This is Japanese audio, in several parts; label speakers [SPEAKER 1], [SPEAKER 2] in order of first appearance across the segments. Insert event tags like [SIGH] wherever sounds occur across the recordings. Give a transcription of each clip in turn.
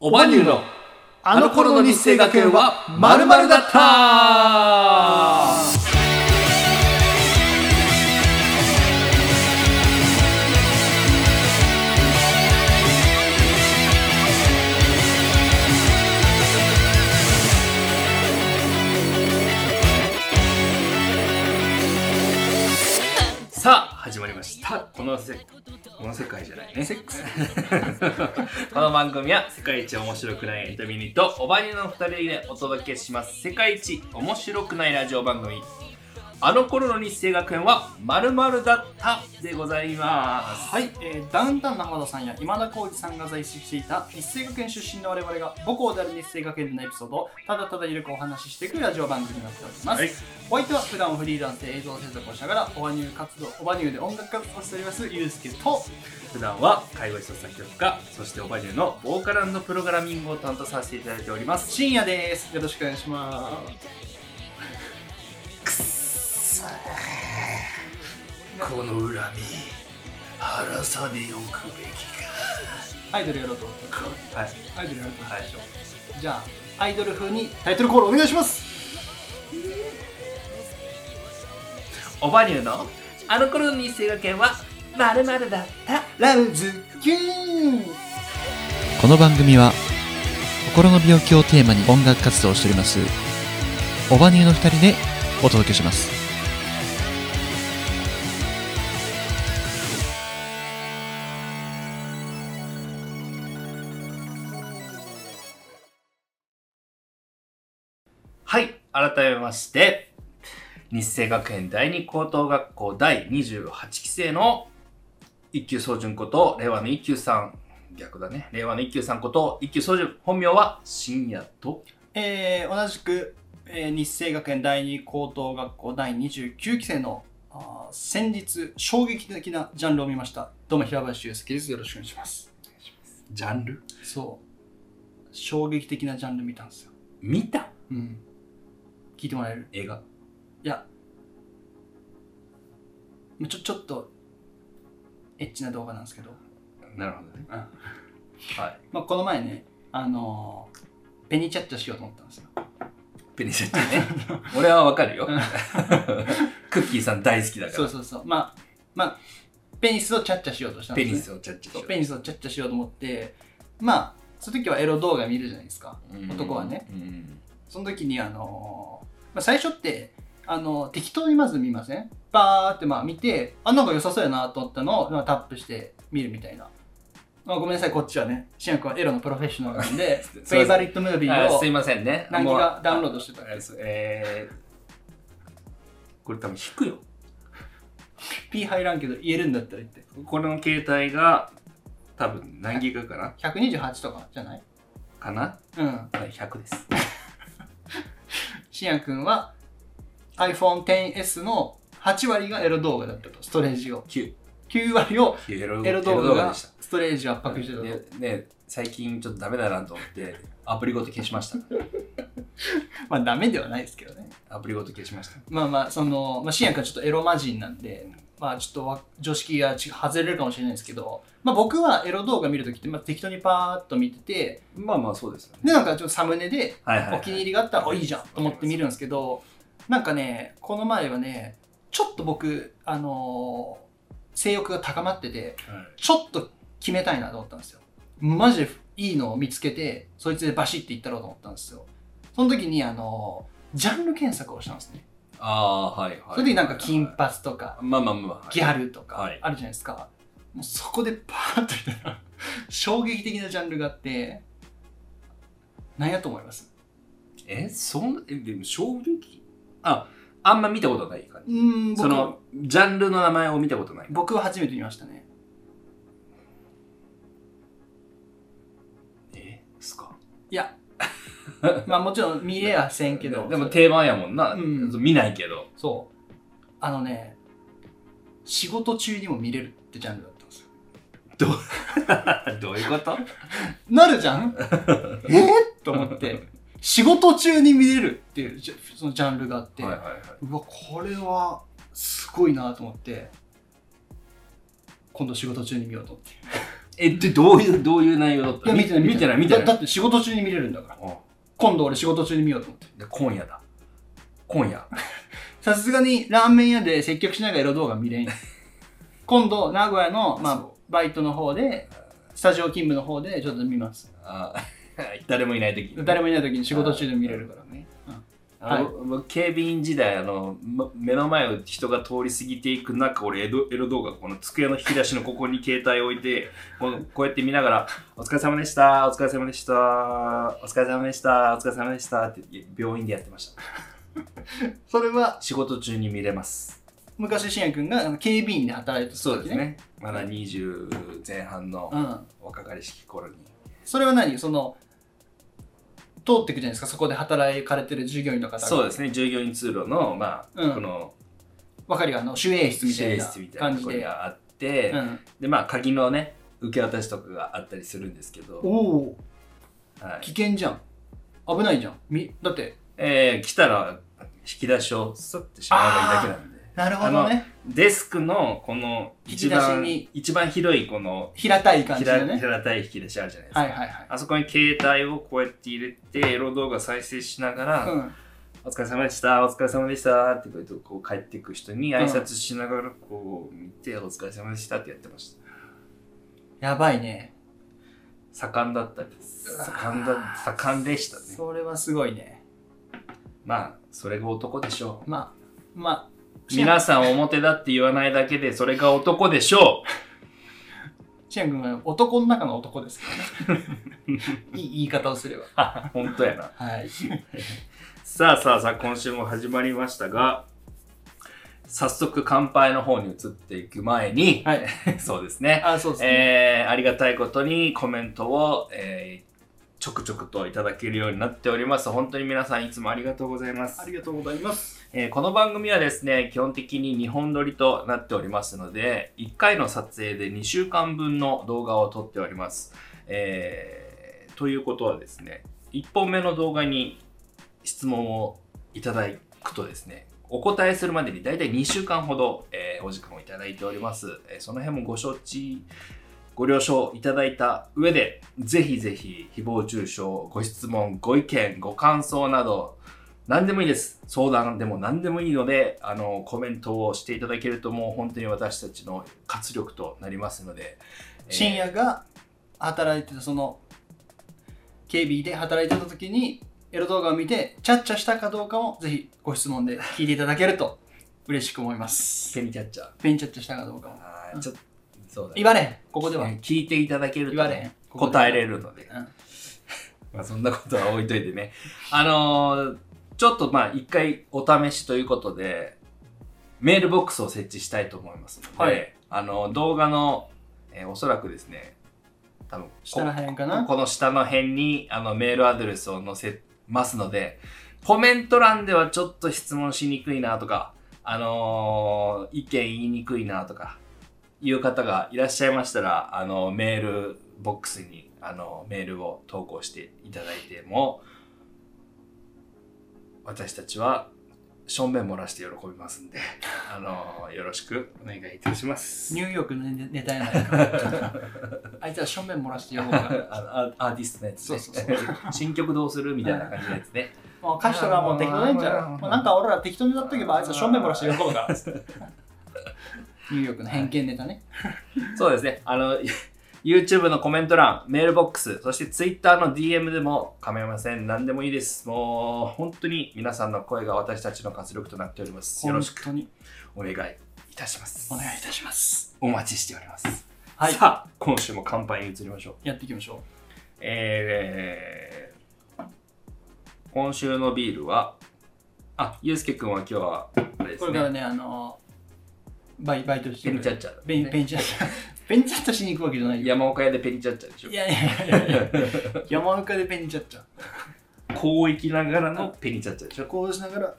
[SPEAKER 1] おばにゅうのあの頃の日生学園はまるだったさあ始まりましたこのせこの世界じゃないねセックス [LAUGHS] この番組は世界一面白くないエンタメユニットおばにゅうの二人でお届けします世界一面白くないラジオ番組あの頃の日生学園はまるだったでございます
[SPEAKER 2] はい、えーダウンタウンの浜田さんや今田耕司さんが在籍していた日生学園出身の我々が母校である日生学園でのエピソードをただただゆるくお話ししていくラジオ番組になっております、
[SPEAKER 1] はい
[SPEAKER 2] お相手は普段フリーランスで映像制作をしながらオバニュー活動オバニューで音楽活動をしておりますゆうすけと
[SPEAKER 1] 普段は介護士と作曲家そしておばにゅうのボーカルプログラミングを担当させていただいております
[SPEAKER 2] 深夜ですよろしくお願いします
[SPEAKER 1] この恨み晴らさねよくべき
[SPEAKER 2] アイドルやろうと思ってます
[SPEAKER 1] かはい
[SPEAKER 2] アイドルやろうと思って
[SPEAKER 1] は
[SPEAKER 2] ま
[SPEAKER 1] い
[SPEAKER 2] すじゃあアイドル風にタイトルコールお願いします
[SPEAKER 1] おばにゅうのあの頃の日生学園はまるだった
[SPEAKER 2] ラブズキューン
[SPEAKER 3] この番組は心の病気をテーマに音楽活動をしておりますオバニューの2人でお届けします
[SPEAKER 1] はい改めまして日生学園第二高等学校第28期生の一級総順こと令和の一級さん逆だね令和の一級さんこと一級総順本名は深夜と
[SPEAKER 2] えー同じく、えー日生学園第二高等学校第29期生のあー先日衝撃的なジャンルを見ましたどうも平林祐介ですよろしくお願いします
[SPEAKER 1] ジャンル
[SPEAKER 2] そう衝撃的なジャンル見たんですよ
[SPEAKER 1] 見た
[SPEAKER 2] うん聞いてもらえる
[SPEAKER 1] 映画
[SPEAKER 2] いやまあちょちょっとエッチな動画なんですけど、
[SPEAKER 1] なるほどね
[SPEAKER 2] うん
[SPEAKER 1] はい
[SPEAKER 2] まあ、この前ねあのーペニチャッチャしようと思ったんですよ
[SPEAKER 1] ペニセットね
[SPEAKER 2] [LAUGHS]
[SPEAKER 1] 俺はわかるよ
[SPEAKER 2] うん
[SPEAKER 1] クッキーさん大好きだから
[SPEAKER 2] そうそうそうまあまあペニスをチャッチャしようとしたん
[SPEAKER 1] ペ
[SPEAKER 2] です、ね、
[SPEAKER 1] ニスをチャッチしよう
[SPEAKER 2] ペニスをチャッチャしようと思ってまあその時はエロ動画見るじゃないですか
[SPEAKER 1] うん
[SPEAKER 2] 男はね
[SPEAKER 1] うん
[SPEAKER 2] その時にあのーまあ、最初ってあのー適当にまず見ませんバーってまあ見てあなんか良さそうやなと思ったのを、まあ、タップして見るみたいな、まあ、ごめんなさいこっちはねシアン君はエロのプロフェッショナルなんで
[SPEAKER 1] [LAUGHS] そうです
[SPEAKER 2] フェイバリットムービ
[SPEAKER 1] あ
[SPEAKER 2] ー
[SPEAKER 1] ー
[SPEAKER 2] を
[SPEAKER 1] すいませんね
[SPEAKER 2] 何
[SPEAKER 1] もう
[SPEAKER 2] がダウンロードしてた
[SPEAKER 1] あそうえーこれ多分引くよ
[SPEAKER 2] P 入らんけど言えるんだったら言って
[SPEAKER 1] この携帯が多分何ギガかな
[SPEAKER 2] 128とかじゃない
[SPEAKER 1] かな
[SPEAKER 2] うん
[SPEAKER 1] はい100です
[SPEAKER 2] シアン君は iPhone10S の8割がエロ動画だったとストレージを
[SPEAKER 1] 9
[SPEAKER 2] 9割を
[SPEAKER 1] エロ
[SPEAKER 2] エロ動画が
[SPEAKER 1] でした
[SPEAKER 2] ストレージを圧迫してたと
[SPEAKER 1] ねね最近ちょっとダメだなと思って [LAUGHS] アプリごと消しました
[SPEAKER 2] まあダメではないですけどね
[SPEAKER 1] アプリごと消しました
[SPEAKER 2] まあまあその、まあ、シアン君はちょっとエロ魔人なんでまあちょっとわ常識がち外れるかもしれないですけど、まあ、僕はエロ動画見るときって、まあ、適当にパーッと見てて
[SPEAKER 1] まあまあそうですよね
[SPEAKER 2] でなんかちょっとサムネで
[SPEAKER 1] はいはい、はい、
[SPEAKER 2] お気に入りがあったら、おいいじゃんと思って見るんですけどなんかねこの前はねちょっと僕あのー性欲が高まってて
[SPEAKER 1] はい
[SPEAKER 2] ちょっと決めたいなと思ったんですよ。マジでいいのを見つけて、そいつでバシッていったろうと思ったんですよ。その時に、あの、ジャンル検索をしたんですね。
[SPEAKER 1] ああーはいはい
[SPEAKER 2] それでなんか金髪とか、
[SPEAKER 1] まあまあまあまあ
[SPEAKER 2] ギャルとか
[SPEAKER 1] はい
[SPEAKER 2] あるじゃないですか。もうそこでパーッと見たら、衝撃的なジャンルがあって、何やと思います
[SPEAKER 1] えそんなえでも衝撃ああんま見たことない感
[SPEAKER 2] う
[SPEAKER 1] じ
[SPEAKER 2] ーん、
[SPEAKER 1] そ
[SPEAKER 2] 僕は
[SPEAKER 1] のジャンルの名前を見たことない
[SPEAKER 2] 僕は初めて見ましたね。
[SPEAKER 1] えですか
[SPEAKER 2] いや、まあもちろん見れはせんけど。
[SPEAKER 1] でも定番やもんな、
[SPEAKER 2] うん
[SPEAKER 1] 見ないけど
[SPEAKER 2] そう。あのね、仕事中にも見れるってジャンルだったんですよ。
[SPEAKER 1] [LAUGHS] どういうこと
[SPEAKER 2] なるじ
[SPEAKER 1] [LAUGHS]
[SPEAKER 2] ゃんえーと思って、仕事中に見れるっていうジャそのジャンルがあって、
[SPEAKER 1] はいはいはいう
[SPEAKER 2] わ、これはすごいなと思って、今度仕事中に見ようと思って。
[SPEAKER 1] え、で、どういう、どういう内容だった
[SPEAKER 2] いや、見てない、
[SPEAKER 1] 見てない、見て
[SPEAKER 2] だ
[SPEAKER 1] な
[SPEAKER 2] だ
[SPEAKER 1] い。
[SPEAKER 2] って仕事中に見れるんだから。
[SPEAKER 1] あ
[SPEAKER 2] 今度俺仕事中に見ようと思って。
[SPEAKER 1] で今夜だ。今夜。
[SPEAKER 2] さすがにラーメン屋で接客しながらエロ動画
[SPEAKER 1] [LAUGHS]
[SPEAKER 2] 見れん。今度、名古屋の、ま
[SPEAKER 1] そ
[SPEAKER 2] あ、バイトの方で、スタジオ勤務の方でちょっと見ます。
[SPEAKER 1] あ誰もいない時に
[SPEAKER 2] 誰もいない時に仕事中で見れるからね。うん
[SPEAKER 1] あの僕警備員時代あの、ま目の前を人が通り過ぎていく中俺エロエロ動画この机の引き出しのここに携帯置いてこうこうやって見ながら「お疲れ様でしたお疲れ様でしたお疲れ様でしたお疲れ様でした」って病院でやってました
[SPEAKER 2] それは、
[SPEAKER 1] 仕事中に見れます
[SPEAKER 2] 昔、しんやくんがあの警備員で働いてた時
[SPEAKER 1] そうです。ねまだ20前半
[SPEAKER 2] う
[SPEAKER 1] の
[SPEAKER 2] ん。
[SPEAKER 1] 若かりしき頃に
[SPEAKER 2] それは何その、通っていくじゃないですか、そこで働かれてる従業員の方が。
[SPEAKER 1] そうですね従業員通路のまあ、
[SPEAKER 2] うん
[SPEAKER 1] この
[SPEAKER 2] わかるよ、あの、守衛室み
[SPEAKER 1] 指
[SPEAKER 2] たい
[SPEAKER 1] 令
[SPEAKER 2] な
[SPEAKER 1] 室みたい
[SPEAKER 2] 感
[SPEAKER 1] な
[SPEAKER 2] じ
[SPEAKER 1] ところ
[SPEAKER 2] で。
[SPEAKER 1] があって、
[SPEAKER 2] うん。
[SPEAKER 1] でまあ鍵のね受け渡しとかがあったりするんですけど、
[SPEAKER 2] おお、
[SPEAKER 1] は
[SPEAKER 2] 危
[SPEAKER 1] い
[SPEAKER 2] 険じゃん。危ないじゃん。みだって、
[SPEAKER 1] えー来たら引き出しをすってしまえばいいだけなんで
[SPEAKER 2] なる
[SPEAKER 1] ほどね
[SPEAKER 2] ね。
[SPEAKER 1] デスクのこの一番
[SPEAKER 2] 引き出しに
[SPEAKER 1] 一番広いこの
[SPEAKER 2] 平たい感じ
[SPEAKER 1] 平,、
[SPEAKER 2] でね。
[SPEAKER 1] たい引き出しあるじゃないですか、
[SPEAKER 2] はいはいは
[SPEAKER 1] あそこに携帯をこうやって入れてエロ動画再生しながら、
[SPEAKER 2] い。うん。
[SPEAKER 1] お疲れ様でした、お疲れ様でしたってこうやってこう帰っていく人に挨拶しながらこう見て、お疲れ様でしたってやってました。
[SPEAKER 2] やばいね。
[SPEAKER 1] 盛んだったです。盛んだ、盛んでしたね。
[SPEAKER 2] それはすごいね。
[SPEAKER 1] まあ、それが男でしょう。
[SPEAKER 2] まあ、まあ、
[SPEAKER 1] 皆さん表だって言わないだけで、それが男でしょ
[SPEAKER 2] しんやくんは男の中の男ですから
[SPEAKER 1] [LAUGHS]
[SPEAKER 2] ね。いい [LAUGHS] 言い方をすれば。
[SPEAKER 1] う。 [LAUGHS] 本当やな。
[SPEAKER 2] はい。
[SPEAKER 1] さあさあさあ、今週も始まりましたが、早速乾杯の方に移っていく前に、
[SPEAKER 2] はい。
[SPEAKER 1] そうですね。
[SPEAKER 2] あ、そうですね。
[SPEAKER 1] えーありがたいことにコメントを、えーちょくちょくといただけるようになっております。本当に皆さんいつもありがとうございます。
[SPEAKER 2] ありがとうございます。
[SPEAKER 1] えーこの番組はですね、基本的に2本撮りとなっておりますので、1回の撮影で2週間分の動画を撮っております。えーということはですね、1本目の動画に質問をいただくとですね、お答えするまでに大体2週間ほど、えーお時間をいただいております。えーその辺もご承知、ご了承いただいた上で、ぜひぜひ、誹謗中傷、ご質問、ご意見、ご感想など、何でもいいです。相談でも何でもいいので、あの、コメントをしていただけると、もう本当に私たちの活力となりますので。えー
[SPEAKER 2] 深夜が働いてた、その、警備で働いてた時に、エロ動画を見て、チャッチャしたかどうかも、ぜひご質問で聞いていただけると、嬉しく思います。
[SPEAKER 1] ペニキャッチャー。
[SPEAKER 2] ペンチャッチャしたかどうかも。
[SPEAKER 1] あーちょっと、そうだね
[SPEAKER 2] 言われん、ここでは。
[SPEAKER 1] えー聞いていただけると
[SPEAKER 2] 言われへん。
[SPEAKER 1] 答えれるので。
[SPEAKER 2] うん
[SPEAKER 1] まあ、そんなことは置いといてね。あのーちょっとまあ、一回お試しということで、メールボックスを設置したいと思いますので、
[SPEAKER 2] はい
[SPEAKER 1] あの、動画の、えーおそらくですね、多分こ
[SPEAKER 2] 下の辺かな
[SPEAKER 1] この下の辺にあのメールアドレスを載せますので、コメント欄ではちょっと質問しにくいなとか、あのー意見言いにくいなとか、いう方がいらっしゃいましたら、あの、メールボックスに、あの、メールを投稿していただいても、私たちは、しょんべん漏らして喜びますんで、あの、よろしくお願いいたします。
[SPEAKER 2] ニューヨークのネネタやない
[SPEAKER 1] [LAUGHS]
[SPEAKER 2] か。あいつは正面漏らしてやろうか
[SPEAKER 1] ああアーティストのやつ、ね、
[SPEAKER 2] そうそう
[SPEAKER 1] 新曲どうするみたいな感じのやつね。
[SPEAKER 2] ら。もう歌詞とかもう適当なんじゃん。もうなんか俺ら適当になっとけばあいつは正面漏らしてやろうか。ニューヨークの偏見ネタね。
[SPEAKER 1] そうですね。あの、YouTube のコメント欄、メールボックス、そして Twitter の DM でも構いません。何でもいいです。もう、本当に皆さんの声が私たちの活力となっております。よろしく
[SPEAKER 2] 本当に
[SPEAKER 1] お願いいたします。
[SPEAKER 2] お願いいたします。
[SPEAKER 1] お待ちしております。
[SPEAKER 2] はい。
[SPEAKER 1] さあ、今週も乾杯に移りましょう。
[SPEAKER 2] やっていきましょ
[SPEAKER 1] えー、今週のビールは、あ、ゆうすけくんは今日は、あれで
[SPEAKER 2] う。こ
[SPEAKER 1] す
[SPEAKER 2] れから
[SPEAKER 1] ね、
[SPEAKER 2] ね、あの、バイバイトして
[SPEAKER 1] ペ
[SPEAKER 2] る
[SPEAKER 1] ニチャッチャだ、
[SPEAKER 2] ペン
[SPEAKER 1] ね。
[SPEAKER 2] ペンチャッチャ。ペンチャッチャしに行くわけじゃないよ。
[SPEAKER 1] 山岡屋でペニチャッチャでしょ
[SPEAKER 2] い。やいやいやいや。
[SPEAKER 1] [LAUGHS]
[SPEAKER 2] 山岡でペンチャッチャ。
[SPEAKER 1] こう行きながらのペニチャッチャでしょ。
[SPEAKER 2] こうしながら、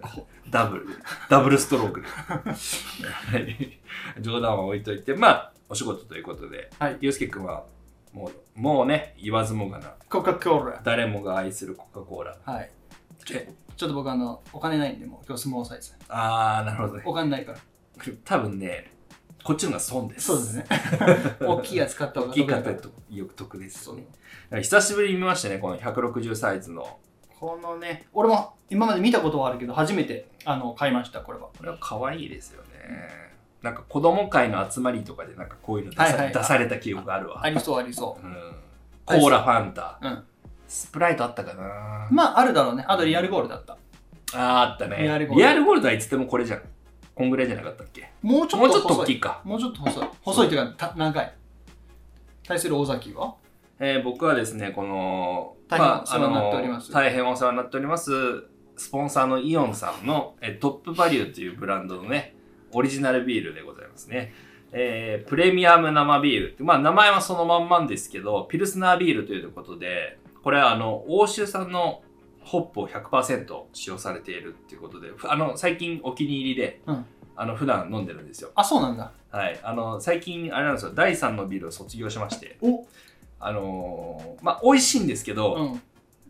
[SPEAKER 2] こ
[SPEAKER 1] ダブル。ダブルストロークで。はい冗談は置いといて、まあ、お仕事ということで、
[SPEAKER 2] はい
[SPEAKER 1] ゆうすけくんは、もう、もうね、言わずもがな、
[SPEAKER 2] うコカ・コーラ。
[SPEAKER 1] 誰もが愛するコカ・コーラ。
[SPEAKER 2] はい。
[SPEAKER 1] え
[SPEAKER 2] ちょっと僕あの、お金ないんで、もう今日相撲さえさ。
[SPEAKER 1] あー、なるほどね。
[SPEAKER 2] お金ないから。
[SPEAKER 1] 多分ね、こっちのが損です。
[SPEAKER 2] そうです
[SPEAKER 1] [LAUGHS]
[SPEAKER 2] ね。大きいやつ買った方が
[SPEAKER 1] 大きい
[SPEAKER 2] 得だ
[SPEAKER 1] 方
[SPEAKER 2] った
[SPEAKER 1] だとよく得ですよね。だから久しぶりに見ましたね、この160サイズの。
[SPEAKER 2] このね、俺も今まで見たことはあるけど、初めてあの買いました、これは。
[SPEAKER 1] これは可愛いですよね。なんか子供会の集まりとかでなんかこういうの出さ,、
[SPEAKER 2] はいはいはい
[SPEAKER 1] 出された記憶があるわ。
[SPEAKER 2] ありそう、ありそ
[SPEAKER 1] うん、コーラ、ファンタ、
[SPEAKER 2] うん
[SPEAKER 1] スプライトあったかな
[SPEAKER 2] う。、まあ、あるだろうね。あとリアルゴールだった。
[SPEAKER 1] あーあったね。
[SPEAKER 2] リアルゴールド
[SPEAKER 1] ゴールドはいつでもこれじゃん。こんぐらいじゃなかったっけ
[SPEAKER 2] もうちょ
[SPEAKER 1] も
[SPEAKER 2] っ
[SPEAKER 1] うちょっ
[SPEAKER 2] と
[SPEAKER 1] と大
[SPEAKER 2] 細
[SPEAKER 1] き
[SPEAKER 2] い。
[SPEAKER 1] いか。
[SPEAKER 2] もうちょっと細い。細いっていうか、た長い。対する尾崎は
[SPEAKER 1] えー僕はですね、この、
[SPEAKER 2] 大変お世話になっております
[SPEAKER 1] まああの大変お世話になっております。スポンサーのイオンさんの、えートップバリューというブランドのね、オリジナルビールでございますね。えープレミアム生ビールって、まあ名前はそのまんまんですけど、ピルスナービールということで、これはあの、欧州産のホップを100%使用されているっていうことで、ふあの、最近お気に入りで、
[SPEAKER 2] うん
[SPEAKER 1] あの、普段飲んでるんですよ。
[SPEAKER 2] あ、そうなんだ。
[SPEAKER 1] はい、あの最近あれなんですよ第3のビールを卒業しまして
[SPEAKER 2] お
[SPEAKER 1] あのーまあ美味しいんですけど、
[SPEAKER 2] うん。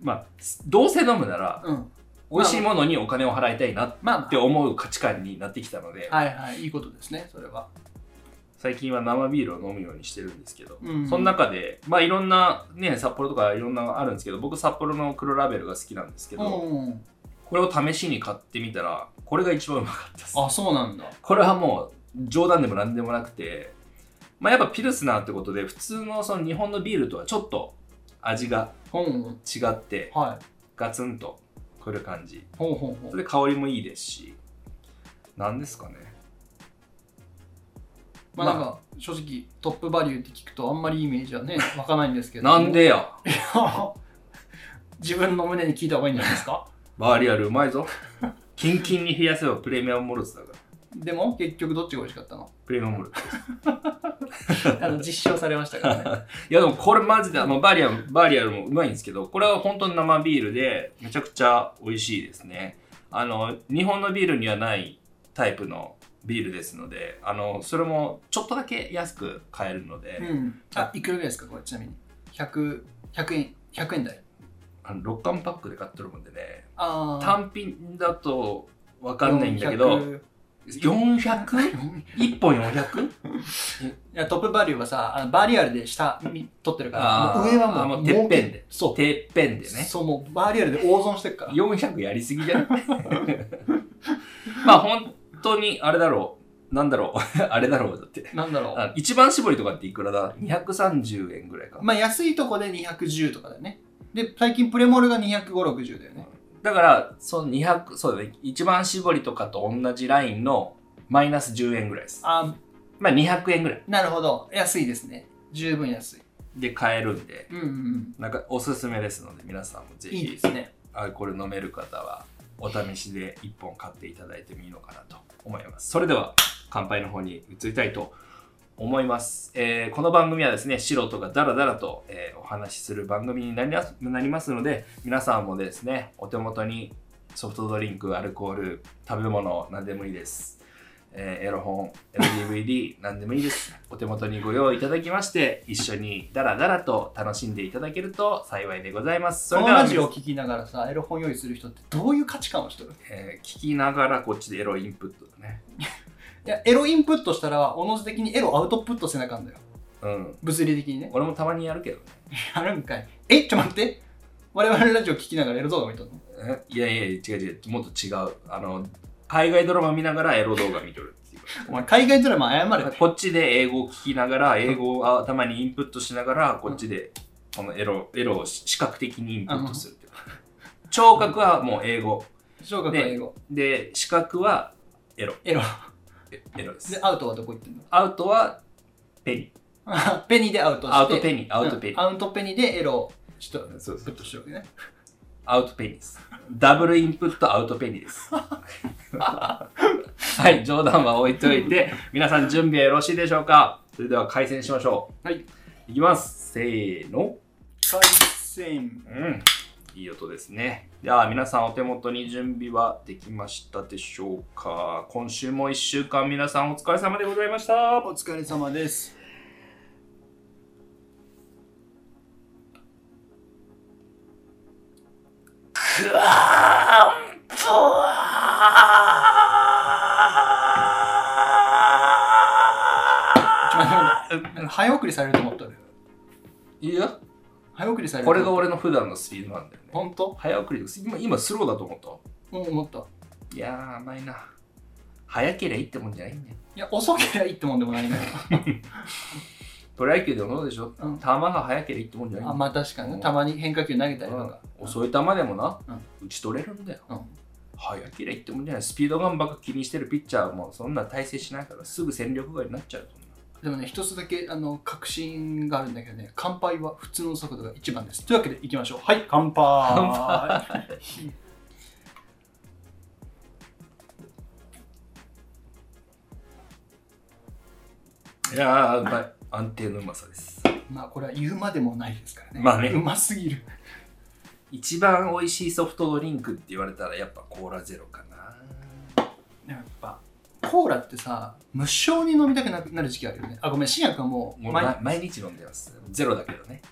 [SPEAKER 1] まあどうせ飲むなら
[SPEAKER 2] うん。
[SPEAKER 1] 美味しいものにお金を払いたいなっ
[SPEAKER 2] まあ
[SPEAKER 1] て思う価値観になってきたので、
[SPEAKER 2] まあ、はいはい。いいことですね、それは。
[SPEAKER 1] 最近は生ビールを飲むようにしてるんですけど、
[SPEAKER 2] うん
[SPEAKER 1] その中でまあいろんなね札幌とかいろんなのあるんですけど僕札幌の黒ラベルが好きなんですけ
[SPEAKER 2] う
[SPEAKER 1] ど、
[SPEAKER 2] ん。
[SPEAKER 1] これを試しに買ってみたらこれが一番うまかったです
[SPEAKER 2] あ、そうなんだ。
[SPEAKER 1] これはもう冗談でも何でもなくて、まあ、やっぱピルスナーってことで普通のその日本のビールとはちょっと味が
[SPEAKER 2] うん。
[SPEAKER 1] 違って
[SPEAKER 2] はい。
[SPEAKER 1] ガツンとくる感じ
[SPEAKER 2] ほうほうほ。
[SPEAKER 1] そうれで香りもいいですし何ですかね
[SPEAKER 2] まあなんか、正直、トップバリューって聞くとあんまりイメージはね、 [LAUGHS] 湧かないんですけど。
[SPEAKER 1] なんでよ
[SPEAKER 2] [LAUGHS] 自分の胸に聞いた方がいいんじゃないですか
[SPEAKER 1] バーリアルうまいぞ [LAUGHS] キンキンに冷やせばプレミアムモルツだから
[SPEAKER 2] でも結局どっちが美味しかったの
[SPEAKER 1] プレミアムモルツ
[SPEAKER 2] あの実証されましたからね
[SPEAKER 1] いやでもこれマジであのバーリアルバーリアルもうまいんですけどこれは本当に生ビールでめちゃくちゃ美味しいですねあの日本のビールにはないタイプのビールですのであのそれもちょっとだけ安く買えるので、
[SPEAKER 2] うんあいくらぐらいですかこれちなみに 100, 100円100円台
[SPEAKER 1] あの6缶パックで買ってるもんでね
[SPEAKER 2] ああ
[SPEAKER 1] 単品だと分かんないんだけど 400?1
[SPEAKER 2] 400
[SPEAKER 1] 本 400?
[SPEAKER 2] いやトップバリューはさあのバリアルで下み取ってるか
[SPEAKER 1] あ
[SPEAKER 2] ら
[SPEAKER 1] ー
[SPEAKER 2] もう上は
[SPEAKER 1] あ
[SPEAKER 2] も
[SPEAKER 1] も
[SPEAKER 2] う
[SPEAKER 1] うてっぺんで
[SPEAKER 2] 儲けそう
[SPEAKER 1] てっぺんでね
[SPEAKER 2] そうもうバリアルで大損してるから
[SPEAKER 1] 400やりすぎじゃない [LAUGHS] まあ本当にあれだろうなんだろう [LAUGHS] あれだろうだって
[SPEAKER 2] なんだろう
[SPEAKER 1] あ一番搾りとかっていくらだ230円ぐらいか
[SPEAKER 2] まあ安いとこで210とかだよねで最近プレモルが2560だよね
[SPEAKER 1] だからその200そうだね一番搾りとかと同じラインのマイナス10円ぐらいです
[SPEAKER 2] あ
[SPEAKER 1] まあ200円ぐらい
[SPEAKER 2] なるほど安いですね十分安い
[SPEAKER 1] で買えるんで
[SPEAKER 2] うんうんうん
[SPEAKER 1] なんかおすすめですので皆さんもぜ
[SPEAKER 2] いいで
[SPEAKER 1] ひ
[SPEAKER 2] すね
[SPEAKER 1] あこれ飲める方はお試しで1本買っていただいてもいいのかなと思いますそれでは乾杯の方に移りたいと思います、えーこの番組はですね素人がダラダラと、えーお話しする番組になりますなりますので皆さんもですねお手元にソフトドリンクアルコール食べ物何でもいいですえーエロ本、エロ DVD、何で [LAUGHS] もいいです。お手元にご用意いただきまして、一緒にダラダラと楽しんでいただけると幸いでございます。それ
[SPEAKER 2] この
[SPEAKER 1] では
[SPEAKER 2] ラジオを聞きながらさエロ本用意する人ってどういう価値観をしてる
[SPEAKER 1] えー聞きながらこっちでエロインプットだね。
[SPEAKER 2] いやエロインプットしたらおのず的にエロアウトプットせなあかんだよ
[SPEAKER 1] うん。
[SPEAKER 2] 物理的にね
[SPEAKER 1] 俺もたまにやるけどね。
[SPEAKER 2] やるんかいえちょっと待って我々のラジオ聞きながらエロ動画見とるの
[SPEAKER 1] えいやいや違う違う、もっと違う。あの、海外ドラマ見ながらエロ動画見とるっていう
[SPEAKER 2] お前海外ドラマ謝れ
[SPEAKER 1] こっちで英語を聞きながら、英語を頭にインプットしながら、こっちでこのエロエロを視覚的にインプットするっていう。聴覚はもう英語。
[SPEAKER 2] 小学は英語
[SPEAKER 1] で、視覚はエロ。
[SPEAKER 2] エロ
[SPEAKER 1] えエロです
[SPEAKER 2] で。アウトはどこ行ってんの
[SPEAKER 1] アウトはペニ。
[SPEAKER 2] ペニでアウトして
[SPEAKER 1] アウトペニ。アウトペニ
[SPEAKER 2] うん。アウトペニでエロをちょっと
[SPEAKER 1] そう
[SPEAKER 2] プットしてるわけね
[SPEAKER 1] アウトペニス。ダブルインプットアウトペニ [LAUGHS] です。はい、冗談は置いといて、皆さん準備はよろしいでしょうかそれでは開戦しましょう。
[SPEAKER 2] はい。
[SPEAKER 1] いきます。せーの。
[SPEAKER 2] 回線
[SPEAKER 1] うん。いい音ですね。では、皆さんお手元に準備はできましたでしょうか今週も1週間皆さんお疲れ様でございました。
[SPEAKER 2] お疲れ様です
[SPEAKER 1] あ
[SPEAKER 2] 早送りされると思ったのよ
[SPEAKER 1] いや
[SPEAKER 2] 早送りされる
[SPEAKER 1] これが俺の普段のスピードなんだよね
[SPEAKER 2] 本当
[SPEAKER 1] 早送りです今今スローだと思った
[SPEAKER 2] うん思ったい
[SPEAKER 1] いやー甘いな早けりゃいいってもんじゃないんだよ
[SPEAKER 2] や遅けりゃいいってもんでもない
[SPEAKER 1] [LAUGHS]
[SPEAKER 2] のよ
[SPEAKER 1] プロ野球でもそうでしょ、
[SPEAKER 2] うん
[SPEAKER 1] 球が早けりゃいいってもんじゃない
[SPEAKER 2] あ
[SPEAKER 1] んだ
[SPEAKER 2] まあ確かにねたまに変化球投げたりと
[SPEAKER 1] よ、
[SPEAKER 2] か、
[SPEAKER 1] うん遅い球でもな、
[SPEAKER 2] う
[SPEAKER 1] 打ち取れるんだよ
[SPEAKER 2] うん
[SPEAKER 1] 早けりゃいいってもんじゃないスピードガンばっか気にしてるピッチャーはもうそんな体制しないからすぐ戦力外になっちゃうと思う
[SPEAKER 2] でもね一つだけあの確信があるんだけどね乾杯は普通の速度が一番ですというわけでいきましょうはい乾杯
[SPEAKER 1] [LAUGHS]
[SPEAKER 2] 乾杯
[SPEAKER 1] いやーうまい安定のうまさです
[SPEAKER 2] まあこれは言うまでもないですからね
[SPEAKER 1] まあね
[SPEAKER 2] うますぎる
[SPEAKER 1] 一番美味しいソフトドリンクって言われたらやっぱコーラゼロかな
[SPEAKER 2] やっぱコーラってさ無性に飲みたくななる時期あるよねあごめん新薬はもう
[SPEAKER 1] もう
[SPEAKER 2] 毎
[SPEAKER 1] 毎毎日飲んでますゼロだけどね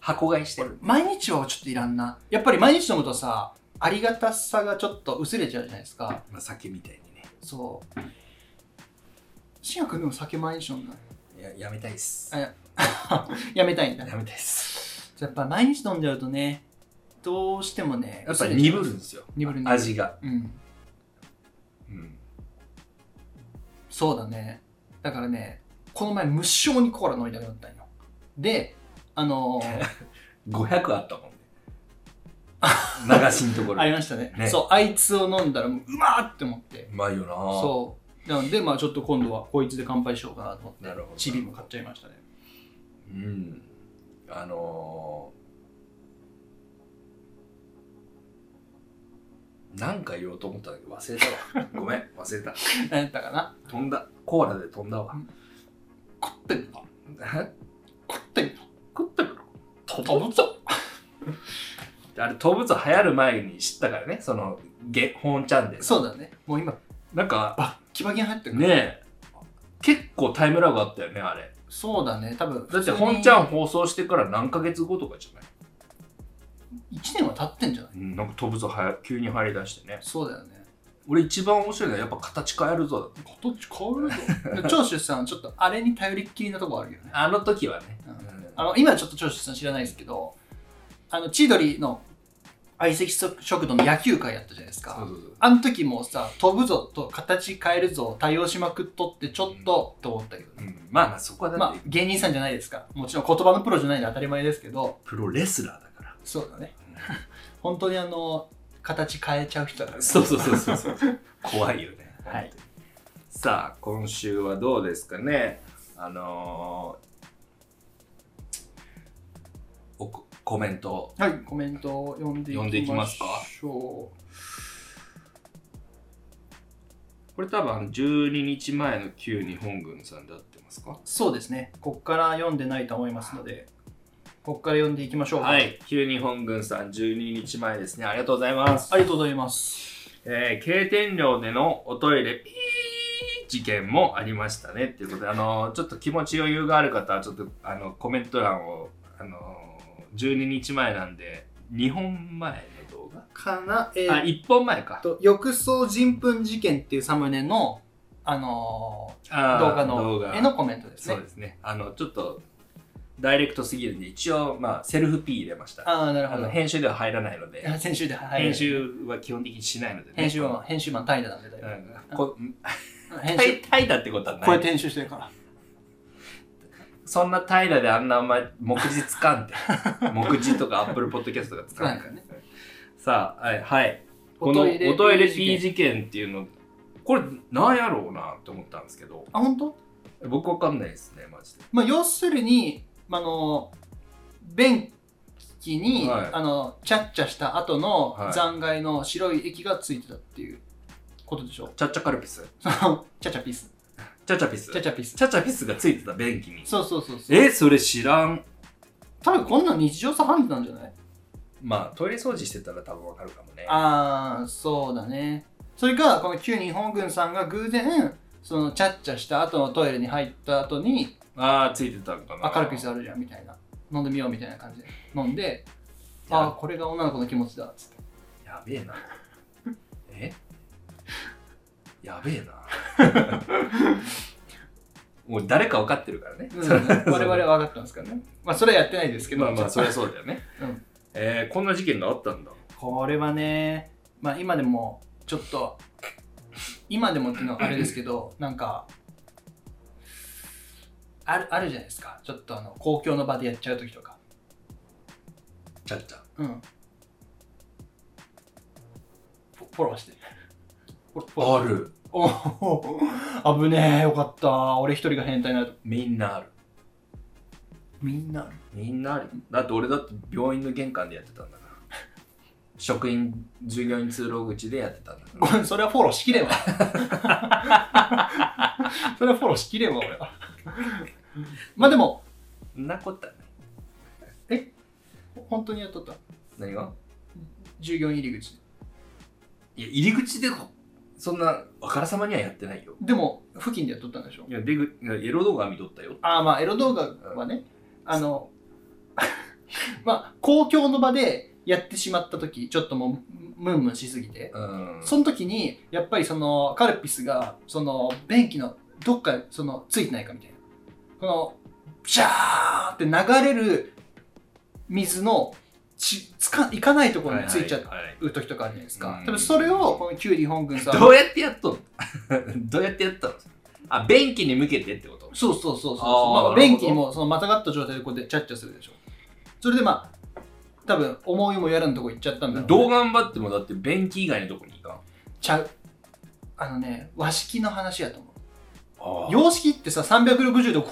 [SPEAKER 1] 箱買いしてる
[SPEAKER 2] 毎日はちょっといらんなやっぱり毎日飲むとさありがたさがちょっと薄れちゃうじゃないですか
[SPEAKER 1] まあ、酒みたいにね
[SPEAKER 2] そう新薬でも酒毎日飲んだ
[SPEAKER 1] ややめたいっす
[SPEAKER 2] あやめたいんだ
[SPEAKER 1] やめたいっす
[SPEAKER 2] やっぱ毎日飲んじゃうとねどうしてもね
[SPEAKER 1] やっぱ
[SPEAKER 2] 薄れ
[SPEAKER 1] り
[SPEAKER 2] ちゃう
[SPEAKER 1] 鈍るんですよ
[SPEAKER 2] 鈍る鈍る
[SPEAKER 1] 味が、
[SPEAKER 2] うん
[SPEAKER 1] うん、
[SPEAKER 2] そうだねだからねこの前無性にコーラ飲みたくなったんよであのー、
[SPEAKER 1] 500あったもんね流しのとこ
[SPEAKER 2] [LAUGHS]
[SPEAKER 1] ろ
[SPEAKER 2] ありましたね
[SPEAKER 1] ね
[SPEAKER 2] そうあいつを飲んだらもううまーって思って
[SPEAKER 1] うまいよな
[SPEAKER 2] そうなのでまあちょっと今度はこいつで乾杯しようかなと思って
[SPEAKER 1] なるほど
[SPEAKER 2] チビも買っちゃいましたね [LAUGHS]
[SPEAKER 1] うんあのー、なんか言おうと思ったんだけど忘れた [LAUGHS] わごめん忘れた
[SPEAKER 2] 何やったかな
[SPEAKER 1] 飛んだコーラで飛んだわ [LAUGHS]
[SPEAKER 2] 食ってみた食ってみた
[SPEAKER 1] 食ったから
[SPEAKER 2] 飛ぶぞ
[SPEAKER 1] あれ飛ぶぞ流行る前に知ったからねそのげ本チャンネル
[SPEAKER 2] そうだねもう今
[SPEAKER 1] なんか
[SPEAKER 2] バッキバキに入ってるから
[SPEAKER 1] ねえ結構タイムラグあったよねあれ
[SPEAKER 2] そうだね多分
[SPEAKER 1] だって本チャ
[SPEAKER 2] ん
[SPEAKER 1] ン放送してから何ヶ月後とかじゃない
[SPEAKER 2] 1年は経ってんじゃない
[SPEAKER 1] うんなんか飛ぶぞはや急に入り出してね
[SPEAKER 2] そうだよね
[SPEAKER 1] 俺一番面白いのはやっぱ形変えるぞだった
[SPEAKER 2] 形変わるぞ長州さんちょっと [LAUGHS] あれに頼りっきりなとこあるよね
[SPEAKER 1] あの時はね、
[SPEAKER 2] うん
[SPEAKER 1] うん
[SPEAKER 2] あの今ちょっと長州さん知らないですけどあの千鳥の相席食堂の野球会やったじゃないですか
[SPEAKER 1] そうそうそう
[SPEAKER 2] あの時もさ飛ぶぞと形変えるぞ対応しまくっとってちょっとと思ったけどね、
[SPEAKER 1] うんまあまあそこはだ
[SPEAKER 2] ま
[SPEAKER 1] っ
[SPEAKER 2] あ
[SPEAKER 1] て
[SPEAKER 2] 芸人さんじゃないですかもちろん言葉のプロじゃないんで当たり前ですけど
[SPEAKER 1] プロレスラーだか
[SPEAKER 2] そうだね [LAUGHS] 本当にあの形変えちゃう人だ
[SPEAKER 1] ら
[SPEAKER 2] からね
[SPEAKER 1] そうそうそうそうそう [LAUGHS] 怖いよね
[SPEAKER 2] はい
[SPEAKER 1] さあ今週はどうですかねあのーおこコメントを
[SPEAKER 2] はいコメントを読んでいきましょ
[SPEAKER 1] 読
[SPEAKER 2] う
[SPEAKER 1] んでいきますかこれ多分12日前の旧日本軍さんで合ってますか
[SPEAKER 2] そうですねこっから読んでないと思いますのでこっから読んでいきましょう
[SPEAKER 1] はい旧日本軍さん12日前ですねありがとうございます
[SPEAKER 2] ありがとうございます
[SPEAKER 1] えー、経典寮でのおトイレピー事件もありましたねっていうことで、あのーちょっと気持ち余裕がある方はちょっとあのコメント欄を、あのー12日前なんで2本前の動画
[SPEAKER 2] かなえ
[SPEAKER 1] あ
[SPEAKER 2] ー、
[SPEAKER 1] 1本前か
[SPEAKER 2] と浴槽人糞事件っていうサムネのあの
[SPEAKER 1] あー
[SPEAKER 2] ー動画
[SPEAKER 1] 動
[SPEAKER 2] の
[SPEAKER 1] 画
[SPEAKER 2] 絵のコメントです
[SPEAKER 1] そう
[SPEAKER 2] ね
[SPEAKER 1] ですねあのちょっとダイレクトすぎるんで一応、まあ、セルフ P 入れましたあ
[SPEAKER 2] ああなるほ
[SPEAKER 1] の
[SPEAKER 2] ど
[SPEAKER 1] 編集では入らないので
[SPEAKER 2] あ先週ではい
[SPEAKER 1] 編集は基本的にしないので、ね、
[SPEAKER 2] 編集マン編集マン怠惰なんでだいぶ
[SPEAKER 1] うんこ
[SPEAKER 2] 編
[SPEAKER 1] 怠
[SPEAKER 2] 集
[SPEAKER 1] 怠惰ってことはない
[SPEAKER 2] これ編集してるから
[SPEAKER 1] そんな平らであんなお前、目次つか
[SPEAKER 2] [LAUGHS]
[SPEAKER 1] んで。目次とかアップルポッドキャストとかつかんからね。さあ、はい、はい。このおトイレ P 事件っていうの、これなんやろうなと思ったんですけど、
[SPEAKER 2] あ本当
[SPEAKER 1] 僕わかんないですね、マジで。
[SPEAKER 2] まあ要するにまああの便器に、
[SPEAKER 1] はい
[SPEAKER 2] あのチャッチャした後の
[SPEAKER 1] はい
[SPEAKER 2] 残骸の白い液がついてたっていうことでしょ [LAUGHS]
[SPEAKER 1] チャチャカルピス。
[SPEAKER 2] そのチャチャピス
[SPEAKER 1] チャチャピス。
[SPEAKER 2] チ
[SPEAKER 1] チ
[SPEAKER 2] ャチャピス
[SPEAKER 1] ャチャピスがついてた便器に。
[SPEAKER 2] そうそうそうそう
[SPEAKER 1] え、それ知らん。
[SPEAKER 2] 多分こんなん日常茶飯事なんじゃない
[SPEAKER 1] まあ、トイレ掃除してたら多分わかるかもね。
[SPEAKER 2] ああそうだねそれかこの旧日本軍さんが偶然そのチャッチャした後のトイレに入った後に
[SPEAKER 1] あー、ついてたのかな。
[SPEAKER 2] あカルピスあるじゃんみたいな飲んでみようみたいな感じで飲んであこれが女の子の気持ちだっつって
[SPEAKER 1] やべえ [LAUGHS] な。 [LAUGHS] えやべえな。もう誰か分かってるからね。
[SPEAKER 2] うん、我々は分かったんですからね。まあ、それはやってないですけど。
[SPEAKER 1] まあまあ、そりゃそうだよね。
[SPEAKER 2] うん
[SPEAKER 1] えーこんな事件があったんだ。
[SPEAKER 2] これはね、まあ今でも、ちょっと、今でもっていうのはあれですけど、なんか、ある、あるじゃないですか。ちょっとあの、公共の場でやっちゃうときとか。
[SPEAKER 1] ちゃっちゃ。
[SPEAKER 2] うん。フォフォローして。フォローフォロー
[SPEAKER 1] ある。
[SPEAKER 2] おお [LAUGHS] 危ねえよかった俺一人が変態になると
[SPEAKER 1] みんなある。
[SPEAKER 2] みんな
[SPEAKER 1] みんなある。だって俺だって病院の玄関でやってた [LAUGHS] んだから。職員、従業員通路口でやってたんだか
[SPEAKER 2] ご
[SPEAKER 1] ら。
[SPEAKER 2] めんそれはフォローしきれんわ [LAUGHS] それはフォローしきれんわ俺はまあでも
[SPEAKER 1] そんなことはない。
[SPEAKER 2] 本当にやっとった
[SPEAKER 1] 何が
[SPEAKER 2] 従業員入り口
[SPEAKER 1] いや、入り口で、そんな、あからさまにはやってないよ。
[SPEAKER 2] でも付近でやっとったんでしょ
[SPEAKER 1] いや、出口、いやエロ動画は見とったよ。
[SPEAKER 2] ああまあエロ動画はねあの [LAUGHS] まあ公共の場でやってしまった時ちょっともうムンムンしすぎて
[SPEAKER 1] うん。
[SPEAKER 2] その時にやっぱりそのカルピスがその便器のどっかそのついてないかみたいなこのジャーって流れる水のちつかいかないところについちゃ
[SPEAKER 1] はいはいはいう
[SPEAKER 2] 時とかあるじゃないですか、
[SPEAKER 1] うん
[SPEAKER 2] 多分それをこの旧日本軍さん
[SPEAKER 1] どうやってやっとんの [LAUGHS] どうやってやったのあ、便器に向けてってこと
[SPEAKER 2] そうそうそう
[SPEAKER 1] あ
[SPEAKER 2] そう
[SPEAKER 1] ー
[SPEAKER 2] まあ、
[SPEAKER 1] なるほど
[SPEAKER 2] 便器にもそのまたがった状態でこうやってチャッチャするでしょそれでまあ多分思いもやらぬとこ行っちゃったんだろうね
[SPEAKER 1] どう頑張ってもだって便器以外のとこに行かん。
[SPEAKER 2] ちゃうあのね和式の話やと思う
[SPEAKER 1] あ
[SPEAKER 2] 洋式ってさ360度こ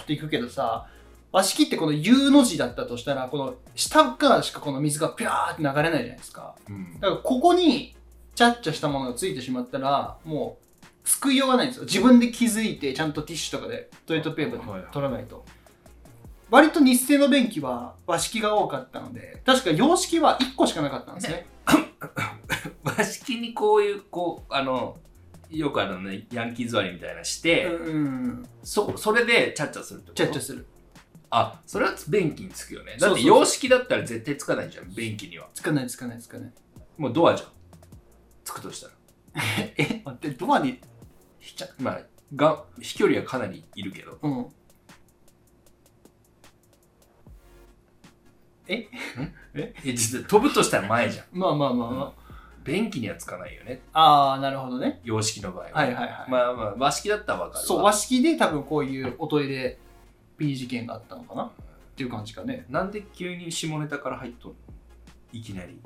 [SPEAKER 2] うっていくけどさ和式ってこの U の字だったとしたらこの下からしかこの水がピャーって流れないじゃないですか
[SPEAKER 1] うん
[SPEAKER 2] だからここにチャッチャしたものがついてしまったらもう救いようがないんですよ自分で気づいてちゃんとティッシュとかでトイレットペーパーで取らないと割と日清の便器は和式が多かったので確か洋式は1個しかなかったんですね
[SPEAKER 1] 和式にこういう、こう、あの、よくあるね、ヤンキー座りみたいなして、
[SPEAKER 2] うんうん
[SPEAKER 1] そそれでチャッチャするってこと
[SPEAKER 2] チャッチャする
[SPEAKER 1] あ、それは便器につくよね。
[SPEAKER 2] そ
[SPEAKER 1] だ
[SPEAKER 2] うそ
[SPEAKER 1] っ
[SPEAKER 2] う
[SPEAKER 1] て
[SPEAKER 2] そう
[SPEAKER 1] 洋式だったら絶対つかないじゃん、便器には。
[SPEAKER 2] つかないつかないつかない
[SPEAKER 1] もうドアじゃん。つくとしたら。
[SPEAKER 2] え待ってドアにしちゃ
[SPEAKER 1] まあ、が飛距離はかなりいるけど。
[SPEAKER 2] うん。
[SPEAKER 1] え、実は飛ぶとしたら前じゃん。
[SPEAKER 2] まあまあまあま
[SPEAKER 1] 便器にはつかないよね、
[SPEAKER 2] あ。ああ、なるほどね。
[SPEAKER 1] 洋式の場合は。
[SPEAKER 2] はいはいはい。
[SPEAKER 1] まあまあ、和式だったらわかるわ。
[SPEAKER 2] そう、和式で多分こういうおトイレ P 事件があったのかなっていう感じかね。
[SPEAKER 1] なんで急に下ネタから入っとんのいきなり。
[SPEAKER 2] い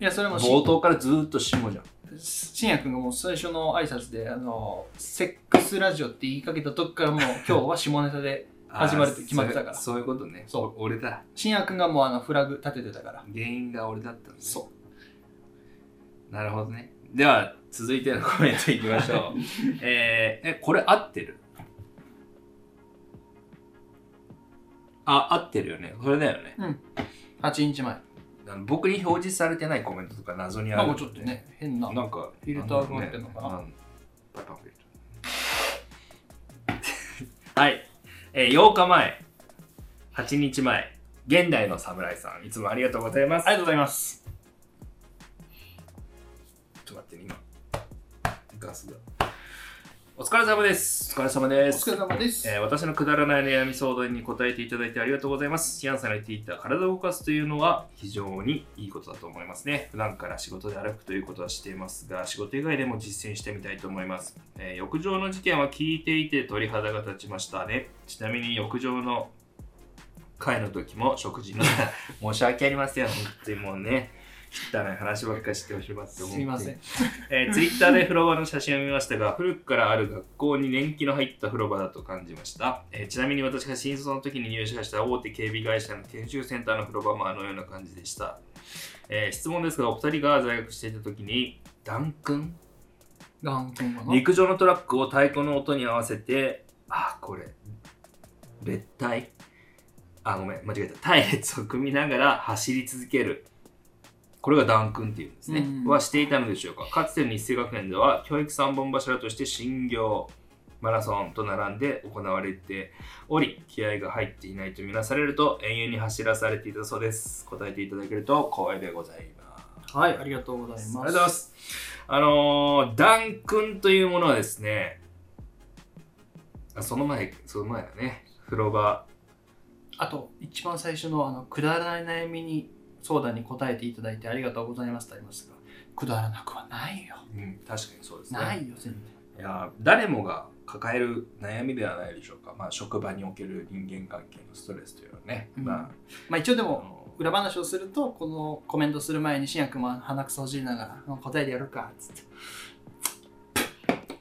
[SPEAKER 2] や、それもし
[SPEAKER 1] 冒頭からずーっと下じゃん。
[SPEAKER 2] 信也君がもう最初の挨拶で、あの、セックスラジオって言いかけた時からもう今日は下ネタで、 [LAUGHS] 始まるって決まってたから
[SPEAKER 1] あーそそういうことね。。
[SPEAKER 2] そう
[SPEAKER 1] 俺だ。
[SPEAKER 2] 信也君がもうあのフラグ立ててたから。
[SPEAKER 1] 原因が俺だったんです。。
[SPEAKER 2] そう
[SPEAKER 1] なるほどね。では、続いてのコメントいきましょう。
[SPEAKER 2] [LAUGHS]
[SPEAKER 1] えー、え、これ合ってるあ、合ってるよね。これだよね。
[SPEAKER 2] 8インチ前。
[SPEAKER 1] あの僕に表示されてないコメントとか謎にあ
[SPEAKER 2] まあ
[SPEAKER 1] る。
[SPEAKER 2] もうちょっとね、変な。
[SPEAKER 1] なんか、
[SPEAKER 2] フィルターが入ってんのかな
[SPEAKER 1] あねパターンフィルターはい、えー、8日前、8日前、現代の侍さん、いつもありがとうございます。
[SPEAKER 2] りがとうございます。
[SPEAKER 1] ちょっと待ってね、今。ガスが。お疲れ様です。お疲れ様で
[SPEAKER 2] お疲れ様です。
[SPEAKER 1] えー私のくだらない悩み相談に答えていただいてありがとうございます。シアンさんの言っていた体を動かすというのは非常にいいことだと思いますね。普段から仕事で歩くということはしていますが、仕事以外でも実践してみたいと思います。えー浴場の事件は聞いていて鳥肌が立ちましたね。ちなみに浴場の会の時も食事に [LAUGHS] 申し訳ありません。本当にもうね、汚い話ばっかりしておしまって
[SPEAKER 2] すみません。
[SPEAKER 1] えー、ツイッターで風呂場の写真を見ましたが、古くからある学校に年季の入った風呂場だと感じました。えーちなみに私が新卒の時に入社した大手警備会社の研修センターの風呂場もあのような感じでした。えー質問ですが、お二人が在学していた時に、ダン君
[SPEAKER 2] ガン君かな。
[SPEAKER 1] 陸上のトラックを太鼓の音に合わせて、あ、これ、列隊あ、ごめん、間違えた。隊列を組みながら走り続ける。これがダン君っていうんですね。
[SPEAKER 2] うん
[SPEAKER 1] はしていたのでしょうか。かつての日清学園では、教育三本柱として新業、マラソンと並んで行われており、気合が入っていないとみなされると、永遠に走らされていたそうです。答えていただけると光栄でございます。
[SPEAKER 2] はい、ありがとうございます。
[SPEAKER 1] ありがとうございます。あのー、ダン君というものはですね、あその前その前だね風呂場
[SPEAKER 2] あと、一番最初の、あの、くだらない悩みに、相談に答えていただいてありがとうございますとありますが、くだらなくはないよ。
[SPEAKER 1] うん確かにそうですね
[SPEAKER 2] ないよ、全
[SPEAKER 1] いや誰もが抱える悩みではないでしょうか、まあ、職場における人間関係のストレスというのはね、
[SPEAKER 2] うん
[SPEAKER 1] ま
[SPEAKER 2] 部。まあ一応で
[SPEAKER 1] ああ
[SPEAKER 2] も、
[SPEAKER 1] の
[SPEAKER 2] 裏話をすると、このコメントする前に、新薬も鼻くそほじりながら、答えでやるか、つって。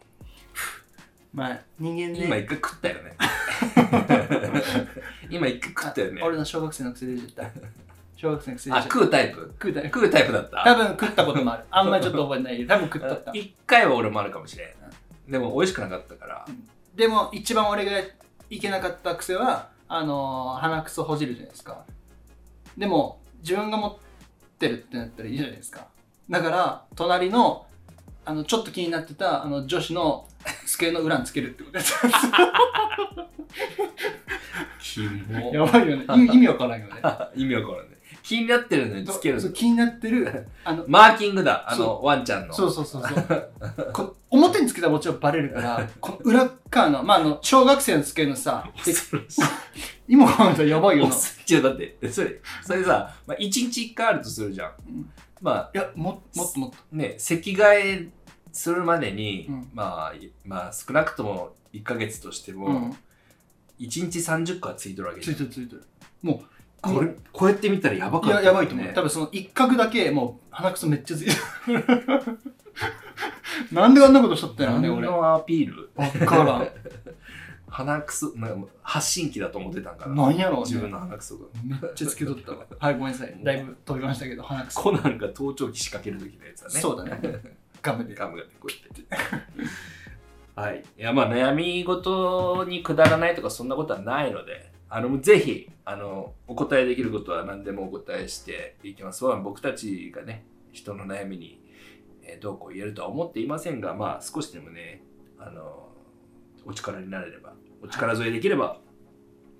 [SPEAKER 2] [LAUGHS] まあ、人間ね。
[SPEAKER 1] 今一回食ったよ
[SPEAKER 2] [LAUGHS]
[SPEAKER 1] ね今一回食ったよね
[SPEAKER 2] あ俺の小学生のくせで言っち
[SPEAKER 1] [LAUGHS]
[SPEAKER 2] ゃった。小学生のくせで
[SPEAKER 1] あ
[SPEAKER 2] 言っちゃった。
[SPEAKER 1] 食うタイプ
[SPEAKER 2] 食うだよ。
[SPEAKER 1] 食うタイプだっ
[SPEAKER 2] 多
[SPEAKER 1] た
[SPEAKER 2] 分食ったこともある。あんまちょっと覚えてないけど、多分
[SPEAKER 1] [LAUGHS]
[SPEAKER 2] 食っとった。
[SPEAKER 1] 一回は俺もあるかもしれんでも美味しくなかったから
[SPEAKER 2] でも一番俺がいけなかった癖はあのー鼻くそほじるじゃないですかでも自分が持ってるってなったらいいじゃないですかだから隣のあのちょっと気になってたあの女子の机の裏につけるってことやったんです
[SPEAKER 1] キモ
[SPEAKER 2] やばいよね意味意味わからんよね
[SPEAKER 1] 意味わからんね気になってるのに [LAUGHS] つける
[SPEAKER 2] そう
[SPEAKER 1] の
[SPEAKER 2] 気になってるあの
[SPEAKER 1] マーキングだあの
[SPEAKER 2] そ
[SPEAKER 1] ワンちゃんの [LAUGHS]
[SPEAKER 2] そうそうそうそうこ表につけたらもちろんバレるからこの裏っ側の,、まあ、あの小学生の机のさ
[SPEAKER 1] 恐ろしい
[SPEAKER 2] 今思うとやばいよな
[SPEAKER 1] じゃだってそれそれさ、まあ、1日1回あるとするじゃん、
[SPEAKER 2] うん
[SPEAKER 1] ま
[SPEAKER 2] いやももっともっと
[SPEAKER 1] あね席替えするまでに、
[SPEAKER 2] うん
[SPEAKER 1] まあいまあ少なくとも1ヶ月としても、
[SPEAKER 2] うん
[SPEAKER 1] 1日30個はついてるわけ
[SPEAKER 2] つ
[SPEAKER 1] じゃ
[SPEAKER 2] い
[SPEAKER 1] ん
[SPEAKER 2] てるついてるもう
[SPEAKER 1] これこうやって見たらやばか
[SPEAKER 2] い
[SPEAKER 1] ったよ
[SPEAKER 2] や
[SPEAKER 1] ね、
[SPEAKER 2] やばいと思う、多分その一角だけもう鼻くそめっちゃついてる [LAUGHS] なんであんなことしちゃったのね
[SPEAKER 1] 何
[SPEAKER 2] 俺
[SPEAKER 1] のアピール
[SPEAKER 2] 分か
[SPEAKER 1] 鼻くそなんか発信機だと思ってたんからなん
[SPEAKER 2] [LAUGHS] なんやろう
[SPEAKER 1] 自分
[SPEAKER 2] ね
[SPEAKER 1] の鼻くそが
[SPEAKER 2] めっちゃつけとったわはいごめんなさいだいぶ飛びましたけど鼻くそ、
[SPEAKER 1] コナンが盗聴器仕掛ける時のやつだね
[SPEAKER 2] そうだねガムで
[SPEAKER 1] ガムがねこうやって。 [LAUGHS] はい。いや、まあ、悩み事にくだらないとか、そんなことはないので、あの、ぜひ、あの、お答えできることは何でもお答えしていきます。まあ僕たちがね、人の悩みに、えーどうこう言えるとは思っていませんが、まあ、少しでもね、あの、お力になれれば、お力添えできれば、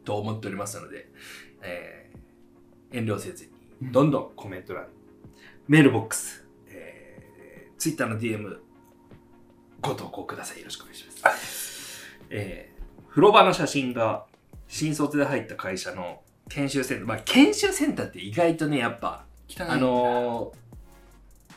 [SPEAKER 1] と思っておりますので、えー遠慮せずに、どんどんコメント欄、メールボックス、えー、Twitter の DM ご投稿くださいよろしくお願いします、えー、風呂場の写真が新卒で入った会社の研修センター、まあ、研修センターって意外とねやっぱ
[SPEAKER 2] 汚い
[SPEAKER 1] あのー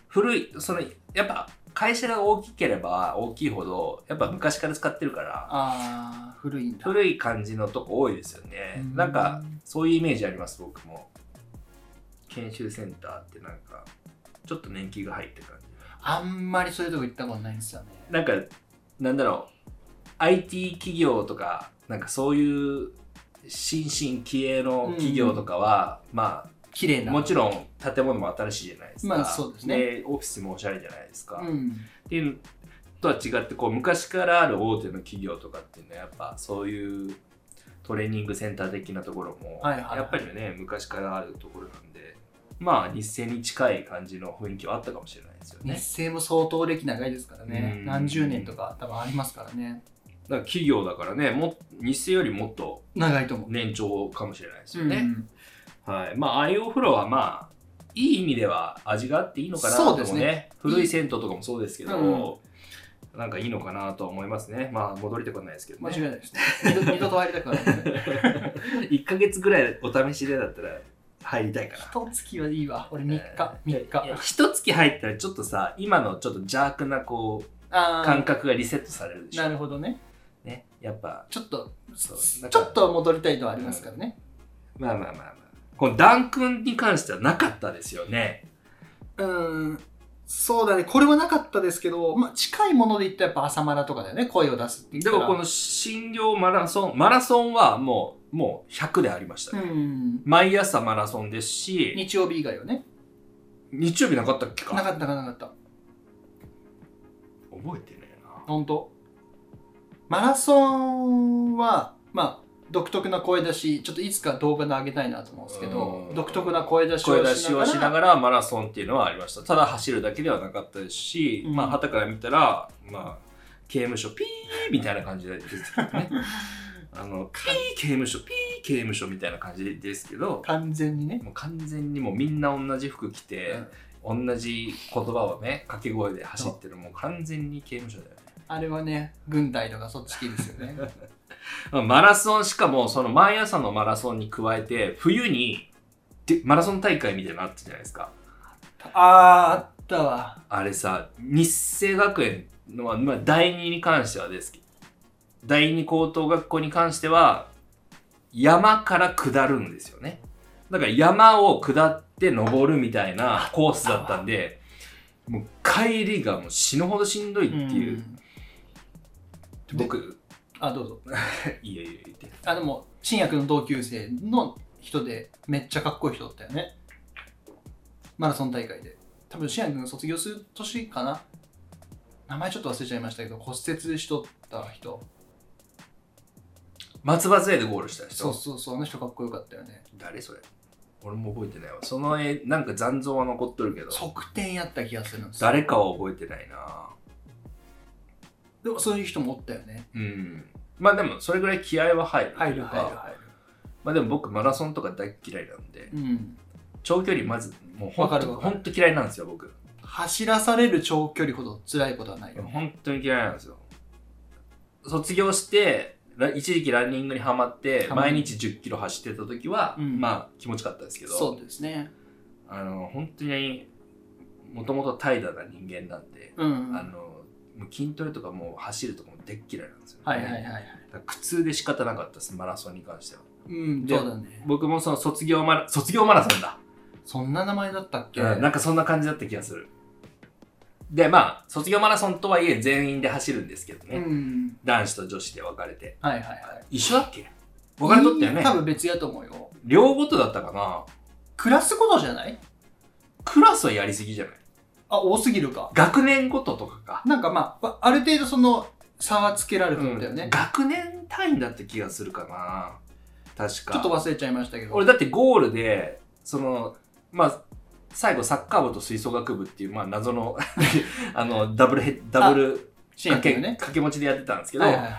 [SPEAKER 1] 古いそのやっぱ会社が大きければ大きいほどやっぱ昔から使ってるから
[SPEAKER 2] あー古いんだ
[SPEAKER 1] 古い感じのとこ多いですよね
[SPEAKER 2] うん
[SPEAKER 1] なんかそういうイメージあります僕も研修センターってなんかちょっと年季が入ってる感じ
[SPEAKER 2] あんまりそういうとこ行ったことないんですよね
[SPEAKER 1] なんかなんだろう IT 企業とかなんかそういう新進気鋭の企業とかは、ま
[SPEAKER 2] 綺麗
[SPEAKER 1] あ
[SPEAKER 2] な
[SPEAKER 1] もちろん建物も新しいじゃないですか、
[SPEAKER 2] まあそうですね
[SPEAKER 1] オフィスもおしゃれじゃないですか、
[SPEAKER 2] う
[SPEAKER 1] っ
[SPEAKER 2] ん
[SPEAKER 1] ていうのとは違ってこう昔からある大手の企業とかっていうのはやっぱそういうトレーニングセンター的なところも、
[SPEAKER 2] はいはいはい
[SPEAKER 1] やっぱりね昔からあるところなんでまあ日清に近い感じの雰囲気はあったかもしれないですよね。
[SPEAKER 2] 日清も相当歴長いですからね
[SPEAKER 1] うん
[SPEAKER 2] 何十年とか多分ありますからね
[SPEAKER 1] だから企業だからねも日清よりもっと
[SPEAKER 2] 長いと思う
[SPEAKER 1] 年長かもしれないですよ
[SPEAKER 2] う
[SPEAKER 1] ね。
[SPEAKER 2] ん
[SPEAKER 1] はい。まあ、ああいうお風呂はまあ、いい意味では味があっていいのかなと
[SPEAKER 2] そ
[SPEAKER 1] も
[SPEAKER 2] うで
[SPEAKER 1] ね
[SPEAKER 2] すね
[SPEAKER 1] 古い銭湯とかもそうですけど、なんかいいのかなとは思いますね。まあ、戻りたくないですけど
[SPEAKER 2] 間
[SPEAKER 1] ね。
[SPEAKER 2] 違いないですね [LAUGHS] 二度二度と入りたくはない
[SPEAKER 1] [LAUGHS] 1ヶ月ぐらいお試しでだったら入りたいかな。
[SPEAKER 2] 一月はいいわ俺3日
[SPEAKER 1] えー
[SPEAKER 2] 3日
[SPEAKER 1] いや一月入ったらちょっとさ今のちょっと邪悪なこう
[SPEAKER 2] あー
[SPEAKER 1] 感覚がリセットされるでしょ
[SPEAKER 2] なるほどね
[SPEAKER 1] ねやっぱ
[SPEAKER 2] ちょっと
[SPEAKER 1] そう
[SPEAKER 2] ちょっと戻りたいのはありますからね、
[SPEAKER 1] まあまあまあまあこのダン君に関してはなかったですよね
[SPEAKER 2] うんそうだねこれはなかったですけど、まあ、近いもので言ったらやっぱ朝マラとかだよね声を出すって言っ
[SPEAKER 1] で
[SPEAKER 2] たら
[SPEAKER 1] もこの診療マラソン、マラソンはもう、もう100でありましたね。
[SPEAKER 2] うん
[SPEAKER 1] 毎朝マラソンですし、
[SPEAKER 2] 日曜日以外はね
[SPEAKER 1] 日曜日なかったっけか
[SPEAKER 2] なかったなかった
[SPEAKER 1] 覚えてねえな。
[SPEAKER 2] 本当マラソンはまあ独特な声出しちょっといつか動画で上げたいなと思うんですけど
[SPEAKER 1] うん
[SPEAKER 2] 独特な声出し
[SPEAKER 1] 声
[SPEAKER 2] を
[SPEAKER 1] 出しをし
[SPEAKER 2] し
[SPEAKER 1] な
[SPEAKER 2] ながら
[SPEAKER 1] がらマラソンっていうのはありました。ただ走るだけではなかったですし、
[SPEAKER 2] うん
[SPEAKER 1] まあ、旗から見たら、まあ、刑務所ピーみたいな感じで出てたね。
[SPEAKER 2] [LAUGHS]
[SPEAKER 1] あの、ピー刑務所、ピー刑務所みたいな感じですけど、
[SPEAKER 2] 完全にね、
[SPEAKER 1] もう完全にもうみんな同じ服着て、同じ言葉をね掛け声で走ってるもう完全に刑務所だよね
[SPEAKER 2] あれはね軍隊とかそっち系ですよね
[SPEAKER 1] マラソンしかも、その毎朝のマラソンに加えて、冬にでマラソン大会みたいなのあったじゃないですか。
[SPEAKER 2] [LAUGHS] あーあったわ
[SPEAKER 1] あれさ、日生学園の、まあまあ、第2に関してはですけど、第2高等学校に関しては、山から下るんですよね。だから山を下って登るみたいなコースだったんで、もう帰りがもう死ぬほどしんどいっていう。
[SPEAKER 2] ん
[SPEAKER 1] 僕、
[SPEAKER 2] あどうぞ
[SPEAKER 1] いやいや言って。
[SPEAKER 2] あでも新薬の同級生の人でめっちゃかっこいい人だったよねマラソン大会で多分新薬が卒業する年かな名前ちょっと忘れちゃいましたけど骨折しとった人
[SPEAKER 1] 松葉杖でゴールした人。
[SPEAKER 2] そうそうそうあの人かっこよかったよね
[SPEAKER 1] 誰それ俺も覚えてないわ。その絵、なんか残像は残っとるけど、
[SPEAKER 2] 側転やった気がするんですよ
[SPEAKER 1] 誰かは覚えてないな
[SPEAKER 2] でもそういう人もおったよね
[SPEAKER 1] うん。まあでも、それぐらい気合は入る。
[SPEAKER 2] 入る入る
[SPEAKER 1] まあ
[SPEAKER 2] 入
[SPEAKER 1] でも僕、マラソンとか大っ嫌いなんで、
[SPEAKER 2] るうん
[SPEAKER 1] 長距離まず、もうほ
[SPEAKER 2] わか
[SPEAKER 1] ん
[SPEAKER 2] る
[SPEAKER 1] と
[SPEAKER 2] わかる
[SPEAKER 1] ほんと嫌いなんですよ、僕。
[SPEAKER 2] 走らされる長距離ほど辛いことはないよ
[SPEAKER 1] 本当に嫌いなんですよ。卒業して、ら一時期ランニングにはまって、
[SPEAKER 2] はまる
[SPEAKER 1] 毎日10キロ走ってた時は、
[SPEAKER 2] うん
[SPEAKER 1] まあ気持ちかったですけど、
[SPEAKER 2] そうですね
[SPEAKER 1] あの本当にもともと怠惰な人間なんで、
[SPEAKER 2] うん
[SPEAKER 1] あのもう筋トレとかもう走るとかもでっ嫌いなんですよ、ね
[SPEAKER 2] はいはいはい
[SPEAKER 1] だか
[SPEAKER 2] はい
[SPEAKER 1] ら苦痛で仕方なかったですマラソンに関しては
[SPEAKER 2] うん
[SPEAKER 1] で
[SPEAKER 2] そうだね
[SPEAKER 1] 僕もその卒業マラ卒業マラソンだ、
[SPEAKER 2] そんな名前だったっけ
[SPEAKER 1] うんなんかそんな感じだった気がするでまあ卒業マラソンとはいえ全員で走るんですけどね、
[SPEAKER 2] うん
[SPEAKER 1] 男子と女子で分かれて
[SPEAKER 2] はいはいはい
[SPEAKER 1] 一緒だっけ分かれとったよね
[SPEAKER 2] 多分別やと思うよ
[SPEAKER 1] 両ごとだったかな
[SPEAKER 2] クラスごとじゃない
[SPEAKER 1] クラスはやりすぎじゃない
[SPEAKER 2] あ多すぎるか
[SPEAKER 1] 学年ごととかか
[SPEAKER 2] なんかまあわある程度その差はつけられてたんだよ
[SPEAKER 1] う
[SPEAKER 2] ね
[SPEAKER 1] ん、学年単位だった気がするかな確か
[SPEAKER 2] ちょっと忘れちゃいましたけど
[SPEAKER 1] 俺だってゴールでそのまあ最後サッカー部と吹奏楽部っていう、まあ、謎の [LAUGHS] あのダブルヘッダブル
[SPEAKER 2] 新
[SPEAKER 1] 掛け,、
[SPEAKER 2] 薬のね
[SPEAKER 1] 掛け持ちでやってたんですけど、
[SPEAKER 2] はいはいはい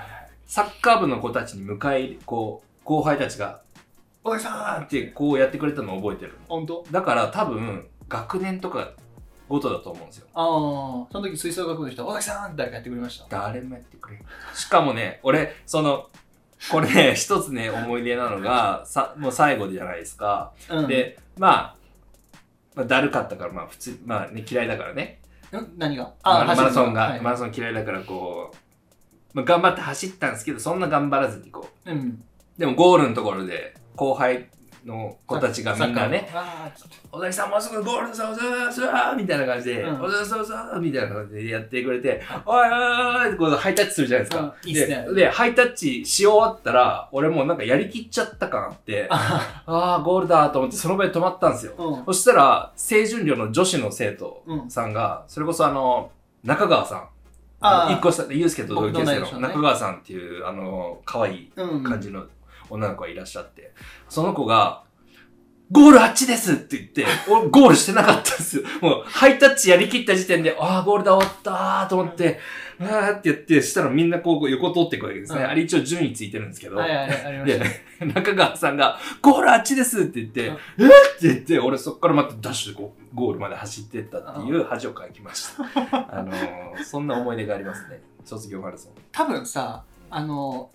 [SPEAKER 1] サッカー部の子たちに迎え入れこう後輩たちが「おいさん!」ってこうやってくれたのを覚えてる
[SPEAKER 2] 本当
[SPEAKER 1] だから多分学年とかごとだと思うんですよ
[SPEAKER 2] ああその時吹奏楽部の人「大崎さん!」誰かやってくれました
[SPEAKER 1] 誰もやってくれんしかもね俺そのこれね
[SPEAKER 2] [LAUGHS]
[SPEAKER 1] 一つね思い出なのがさもう最後じゃないですか
[SPEAKER 2] うん
[SPEAKER 1] で、まあ、まあ、だるかったから、まあ、普通、まあね、嫌いだからね。
[SPEAKER 2] ん何が
[SPEAKER 1] マラマラソンが、
[SPEAKER 2] 走るの
[SPEAKER 1] マ
[SPEAKER 2] はい
[SPEAKER 1] ラソン嫌いだから、こう、まあ、頑張って走ったんですけど、そんな頑張らずにこ
[SPEAKER 2] うん
[SPEAKER 1] う。でも、ゴールのところで、後輩の子たちがみんなね、
[SPEAKER 2] サッカーのあー
[SPEAKER 1] 小崎さんもうすぐゴールさ、おざわざわみたいな感じで、
[SPEAKER 2] うん
[SPEAKER 1] おざわざわみたいな感じでやってくれて、おいおいおいってこうハイタッチするじゃないですか。
[SPEAKER 2] うんいいっすね
[SPEAKER 1] でで、ハイタッチし終わったら、俺もうなんかやりきっちゃった感あって、あ
[SPEAKER 2] あ
[SPEAKER 1] あー、ゴールだと思って、その場で止まったんですよ。
[SPEAKER 2] ー
[SPEAKER 1] そしたら、清純寮の女子の生徒
[SPEAKER 2] うんうん
[SPEAKER 1] さんが、それこそあの、中川さん。
[SPEAKER 2] あー
[SPEAKER 1] 一個下、ユースケと同級生
[SPEAKER 2] 僕と同
[SPEAKER 1] の
[SPEAKER 2] い年のね
[SPEAKER 1] 中川さんっていう、あの、可愛い
[SPEAKER 2] うん
[SPEAKER 1] 感じの女の子がいらっしゃって、その子が、ゴールあっちですって言って、俺ゴールしてなかったんですよ。もう、ハイタッチやりきった時点で、ああ、ゴールだ、終わったーと思って、あーってやって、したらみんなこう横通っていくわけですね。
[SPEAKER 2] うん
[SPEAKER 1] あれ一応順位ついてるんですけど、
[SPEAKER 2] はいはいはいありまし
[SPEAKER 1] で、中川さんが、ゴールあっちですって言って、え
[SPEAKER 2] う
[SPEAKER 1] っ
[SPEAKER 2] ん
[SPEAKER 1] って言って、俺そっからまたダッシュでゴゴールまで走ってったっていう恥をかきま
[SPEAKER 2] [LAUGHS]
[SPEAKER 1] した。あのー、そんな思い出がありますね。卒業マラソン。
[SPEAKER 2] 多分さあの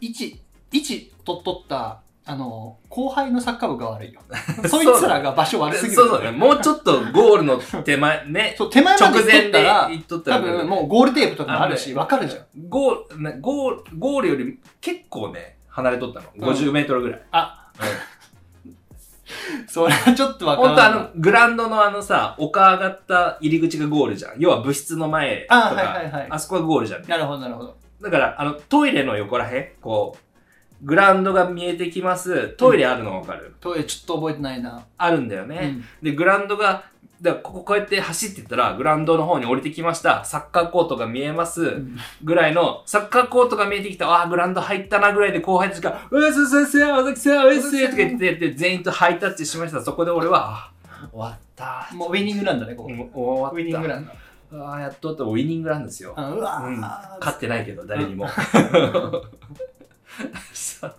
[SPEAKER 2] 一一とっとったあの後輩のサッカー部が悪
[SPEAKER 1] [LAUGHS]
[SPEAKER 2] いよそいつらが場所悪すぎる
[SPEAKER 1] そうそうね。もうちょっとゴールの手前、ね、
[SPEAKER 2] そう手前ま
[SPEAKER 1] 直
[SPEAKER 2] で
[SPEAKER 1] 前で
[SPEAKER 2] 行っとったら
[SPEAKER 1] 行っとったら
[SPEAKER 2] 多、分もうゴールテープとかもあるしわかるじゃん
[SPEAKER 1] ゴール、ねゴール、ゴールより結構ね、離れとったの。
[SPEAKER 2] ん
[SPEAKER 1] 50メートルぐらい。
[SPEAKER 2] あ
[SPEAKER 1] うん
[SPEAKER 2] [LAUGHS] それはちょっとわか
[SPEAKER 1] 本
[SPEAKER 2] らな
[SPEAKER 1] 当
[SPEAKER 2] い
[SPEAKER 1] あの、グラウンドのあのさ、丘上がった入り口がゴールじゃん。要は部室の前と
[SPEAKER 2] あ
[SPEAKER 1] か、
[SPEAKER 2] はいはいはい
[SPEAKER 1] あそこがゴールじゃん。
[SPEAKER 2] なるほどなるほど
[SPEAKER 1] だから、あの、トイレの横らへん、こう、グラウンドが見えてきます。トイレあるのわかる、
[SPEAKER 2] トイレちょっと覚えてないな、
[SPEAKER 1] あるんだよ
[SPEAKER 2] う
[SPEAKER 1] ね。
[SPEAKER 2] ん、
[SPEAKER 1] で、グラウンドが、だからこここうやって走ってったら、グラウンドの方に降りてきました。サッカーコートが見えます。ぐらいの、サッカーコートが見えてきた、ああ、グラウンド入ったなぐらいで後輩たちが、うえすせせ、あざきせ、うえすせ、とか言ってて、全員とハイタッチしました。そこで俺は、あー終わった
[SPEAKER 2] もうウィニングランだねこ
[SPEAKER 1] ー。
[SPEAKER 2] こ
[SPEAKER 1] もう
[SPEAKER 2] ウィ
[SPEAKER 1] 終
[SPEAKER 2] ニ
[SPEAKER 1] わ
[SPEAKER 2] ン
[SPEAKER 1] っ
[SPEAKER 2] グ
[SPEAKER 1] た。
[SPEAKER 2] ランだ
[SPEAKER 1] ああー、やっとった。ウィニングランですよ。
[SPEAKER 2] あうわー、
[SPEAKER 1] うん
[SPEAKER 2] 勝
[SPEAKER 1] 勝ってないけど誰にも [LAUGHS] さ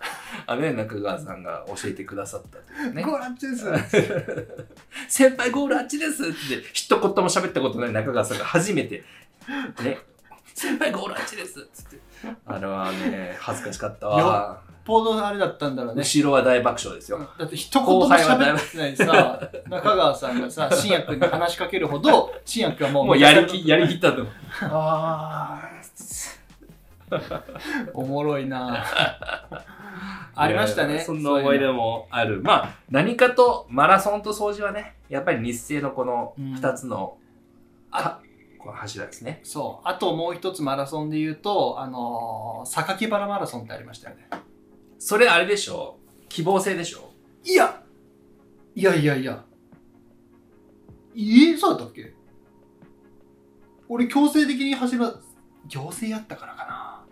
[SPEAKER 1] あね中川さんが教えてくださったというね
[SPEAKER 2] ゴールあっちです
[SPEAKER 1] 「先輩ゴールあっちです」って一言も喋ったことない中川さんが初めてね先輩ゴールあっちですつってあれはね恥ずかしかったわ
[SPEAKER 2] よ報道あれだったんだろうね。
[SPEAKER 1] 後ろは大爆笑ですよ
[SPEAKER 2] だって一言も喋ってな
[SPEAKER 1] [LAUGHS]
[SPEAKER 2] いさ、中川さんがさ、新薬に話しかけるほど、新薬はもう、
[SPEAKER 1] もうやりきやりきったと思う
[SPEAKER 2] ああ、おもろい
[SPEAKER 1] [LAUGHS]
[SPEAKER 2] なありまし
[SPEAKER 1] い
[SPEAKER 2] た
[SPEAKER 1] やい
[SPEAKER 2] ね。
[SPEAKER 1] やそんな思い出
[SPEAKER 2] も。
[SPEAKER 1] もある。まあ、何かとマラソンと掃除はね、やっぱり日清のこの
[SPEAKER 2] うん
[SPEAKER 1] 2つの、あこの柱ですね。
[SPEAKER 2] そう。あともう一つマラソンで言うと、あのー、榊原マラソンってありましたよね。
[SPEAKER 1] それあれでしょ希望性でしょ
[SPEAKER 2] いやいやいやいや。えそうだったっけ俺強制的に走ら、行政やったからかな。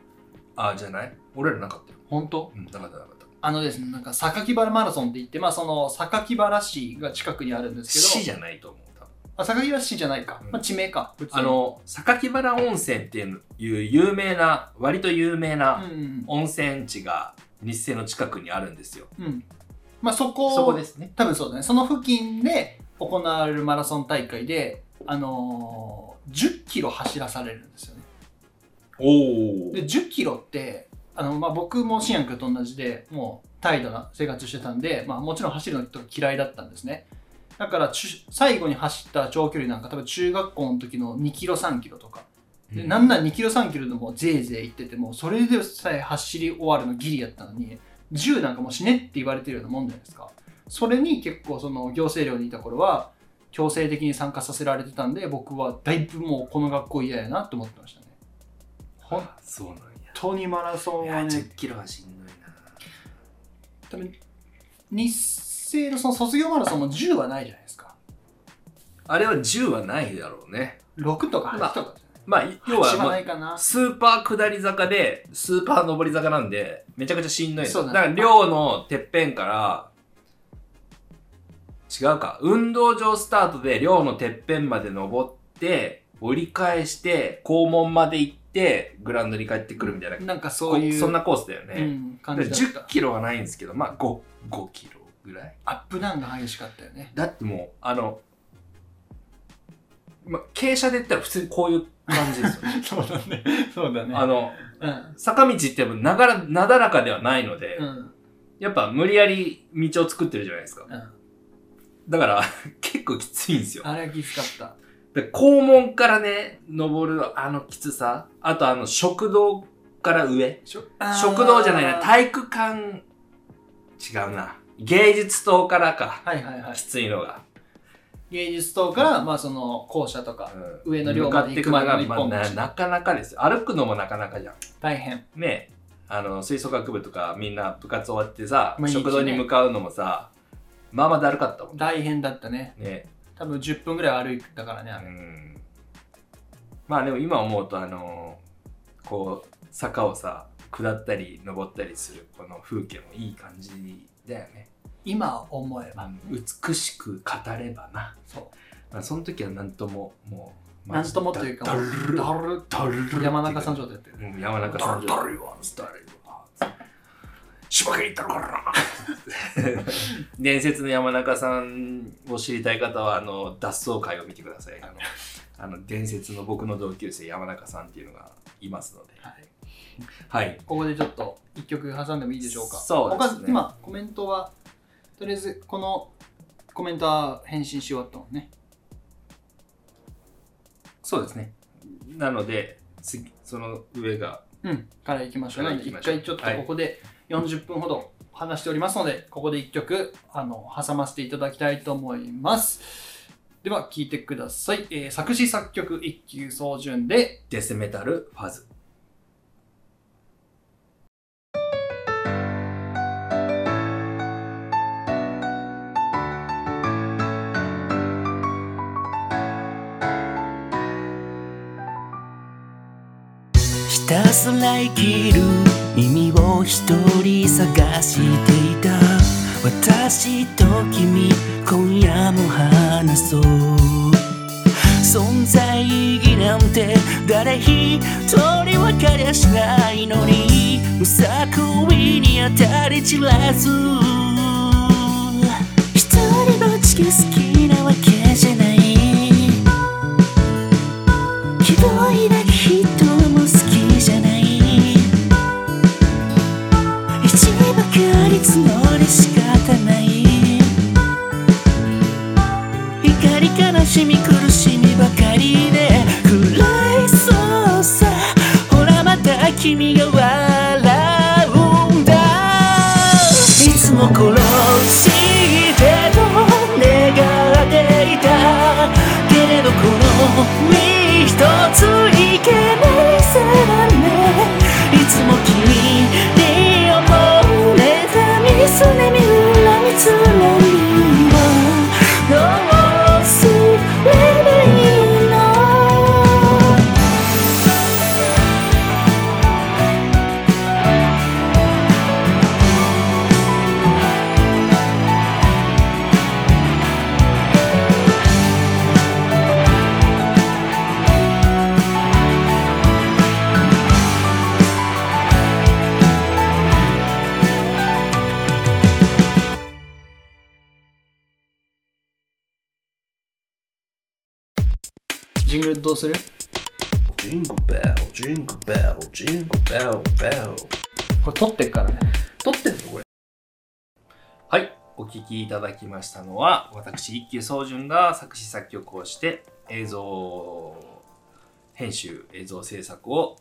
[SPEAKER 1] ああ、じゃない俺らなかったよ。
[SPEAKER 2] 本当
[SPEAKER 1] うん、なかったなかった。
[SPEAKER 2] あのですね、なんか榊原マラソンって言って、まあその榊原市が近くにあるんですけど、
[SPEAKER 1] 市じゃないと思う。多分
[SPEAKER 2] あ榊原市じゃないか。
[SPEAKER 1] うん
[SPEAKER 2] まあ地名か。普通に
[SPEAKER 1] あ、の、榊原温泉っていう有名な、割と有名
[SPEAKER 2] うん
[SPEAKER 1] な
[SPEAKER 2] うん
[SPEAKER 1] 温泉地が日清の近くにあるんですよ。
[SPEAKER 2] うん、うん。まあそこ、
[SPEAKER 1] そこですね。
[SPEAKER 2] 多分そうだね、その付近で行われるマラソン大会で、あのー10キロ走らされるんですよね。
[SPEAKER 1] おお
[SPEAKER 2] で10キロってあの、まあ、僕もシアン君と同じでもう態度な生活してたんで、まあ、もちろん走るのとか嫌いだったんですねだからちゅ最後に走った長距離なんか多分中学校の時の2キロ3キロとかでなんなら2キロ3キロでもぜいぜい行っててもそれでさえ走り終わるのギリやったのに10なんかもう死ねって言われてるようなもんじゃないですかそれに結構その行政寮にいた頃は強制的に参加させられてたんで僕はだいぶもうこの学校嫌やなと思ってましたね本
[SPEAKER 1] そうなんや。
[SPEAKER 2] 当にマラソン
[SPEAKER 1] い
[SPEAKER 2] は
[SPEAKER 1] や、
[SPEAKER 2] ね
[SPEAKER 1] 10キロはしんどいな。
[SPEAKER 2] 多分日清のその卒業マラソンも10はないじゃないですか
[SPEAKER 1] あれは10はないだろうね。
[SPEAKER 2] 6とか8とか
[SPEAKER 1] まあ、い要は
[SPEAKER 2] 8は
[SPEAKER 1] も
[SPEAKER 2] な
[SPEAKER 1] う
[SPEAKER 2] いかな
[SPEAKER 1] スーパー下り坂で、スーパー上り坂なんで、めちゃくちゃしんどいの
[SPEAKER 2] そうだ
[SPEAKER 1] だ
[SPEAKER 2] ね
[SPEAKER 1] から、寮のてっぺんから、違うか。運動場スタートで寮のてっぺんまで登って、折り返して、校門まで行って、グラウンドに帰ってくるみたいな、
[SPEAKER 2] なんか
[SPEAKER 1] こ
[SPEAKER 2] そうういう
[SPEAKER 1] そんなコースだよね。
[SPEAKER 2] うん、感
[SPEAKER 1] で
[SPEAKER 2] じだっ
[SPEAKER 1] 10キロはないんですけど、まあ5、5キロぐらい。
[SPEAKER 2] たアップダウンが激しかったよね
[SPEAKER 1] だってもうあの、ま、傾斜で言ったら普通にこういう感じですよね。
[SPEAKER 2] そうだ [LAUGHS] ねそうだ
[SPEAKER 1] あ
[SPEAKER 2] ね
[SPEAKER 1] の
[SPEAKER 2] うん
[SPEAKER 1] 坂道ってやっぱながらなだらかではないので、
[SPEAKER 2] うん
[SPEAKER 1] やっぱ無理やり道を作ってるじゃないですか
[SPEAKER 2] うん
[SPEAKER 1] だから [LAUGHS] 結構きついんですよ
[SPEAKER 2] あれはきつかった
[SPEAKER 1] で校門からね登るあのきつさあとあの食堂から上食堂じゃないな
[SPEAKER 2] はい
[SPEAKER 1] 体育館違うな芸術棟からか
[SPEAKER 2] はいはい
[SPEAKER 1] きついのが、
[SPEAKER 2] 芸術棟から、まあその校舎とか
[SPEAKER 1] うん
[SPEAKER 2] 上の寮まで行くまでの一本道
[SPEAKER 1] 向かってくのがまあななかなかですよ歩くのもなかなかじゃん
[SPEAKER 2] 大変
[SPEAKER 1] ねあの吹奏楽部とかみんな部活終わってさ、
[SPEAKER 2] 毎日ね
[SPEAKER 1] 食堂に向かうのもさまあまあだるかったもん
[SPEAKER 2] 大変だったね
[SPEAKER 1] ね
[SPEAKER 2] 多分10分ぐらい歩いたからね
[SPEAKER 1] う
[SPEAKER 2] あれ
[SPEAKER 1] んまあでも今思うとあのこう坂をさ下ったり登ったりするこの風景もいい感じだよね、
[SPEAKER 2] 今思え
[SPEAKER 1] ま
[SPEAKER 2] ば
[SPEAKER 1] あ美しく語ればな、
[SPEAKER 2] そ
[SPEAKER 1] まあ、その時は何とももう
[SPEAKER 2] うなんともというか
[SPEAKER 1] だ
[SPEAKER 2] も
[SPEAKER 1] だ
[SPEAKER 2] う
[SPEAKER 1] るる
[SPEAKER 2] だる
[SPEAKER 1] だるるっていう
[SPEAKER 2] 山中さん状態だったよね
[SPEAKER 1] うん山中さん状態しばけに行ったのかな伝説の山中さんを知りたい方はあの脱走会を見てくださいあのあの伝説の僕の同級生山中さんっていうのがいますので
[SPEAKER 2] はい
[SPEAKER 1] はい
[SPEAKER 2] ここでちょっと一曲挟んでもいいでしょうか。
[SPEAKER 1] そうですね
[SPEAKER 2] 他今コメントはとりあえずこのコメントは返信し終わったもんね。
[SPEAKER 1] そうですねなので次その上が
[SPEAKER 2] うん。からいきましょう。な
[SPEAKER 1] から行
[SPEAKER 2] の
[SPEAKER 1] き
[SPEAKER 2] で一
[SPEAKER 1] ましょう
[SPEAKER 2] 回ちょっとここで40分ほど話しておりますので、ここで一曲あの挟ませていただきたいと思います。では聴いてください。えー作詞作曲一級総順で
[SPEAKER 1] デスメタルファズ
[SPEAKER 4] ひたすら生きる意味を一人探していた私と君今夜も話そう存在意義なんて誰一人分かりゃしないのに無作為に当たり散らず一人ぼっちが好きなわけじゃないひどいだけ人は無怒り悲しみ苦しみばかりで暗いそうさほらまた君が笑うんだいつも殺してと願っていたけれどこの身一ついけないさだねいつも君に思うれたミスねみんな見つめにはどうすればいいの
[SPEAKER 2] ジングルどうする
[SPEAKER 1] Jingle bell, jingle bell, jingle bell, bell.
[SPEAKER 2] これ撮ってっからね。
[SPEAKER 1] 撮ってんのこれ。はい。お聞きいただきましたのは、私、一休宗純が作詞作曲をして、映像編集、映像制作を、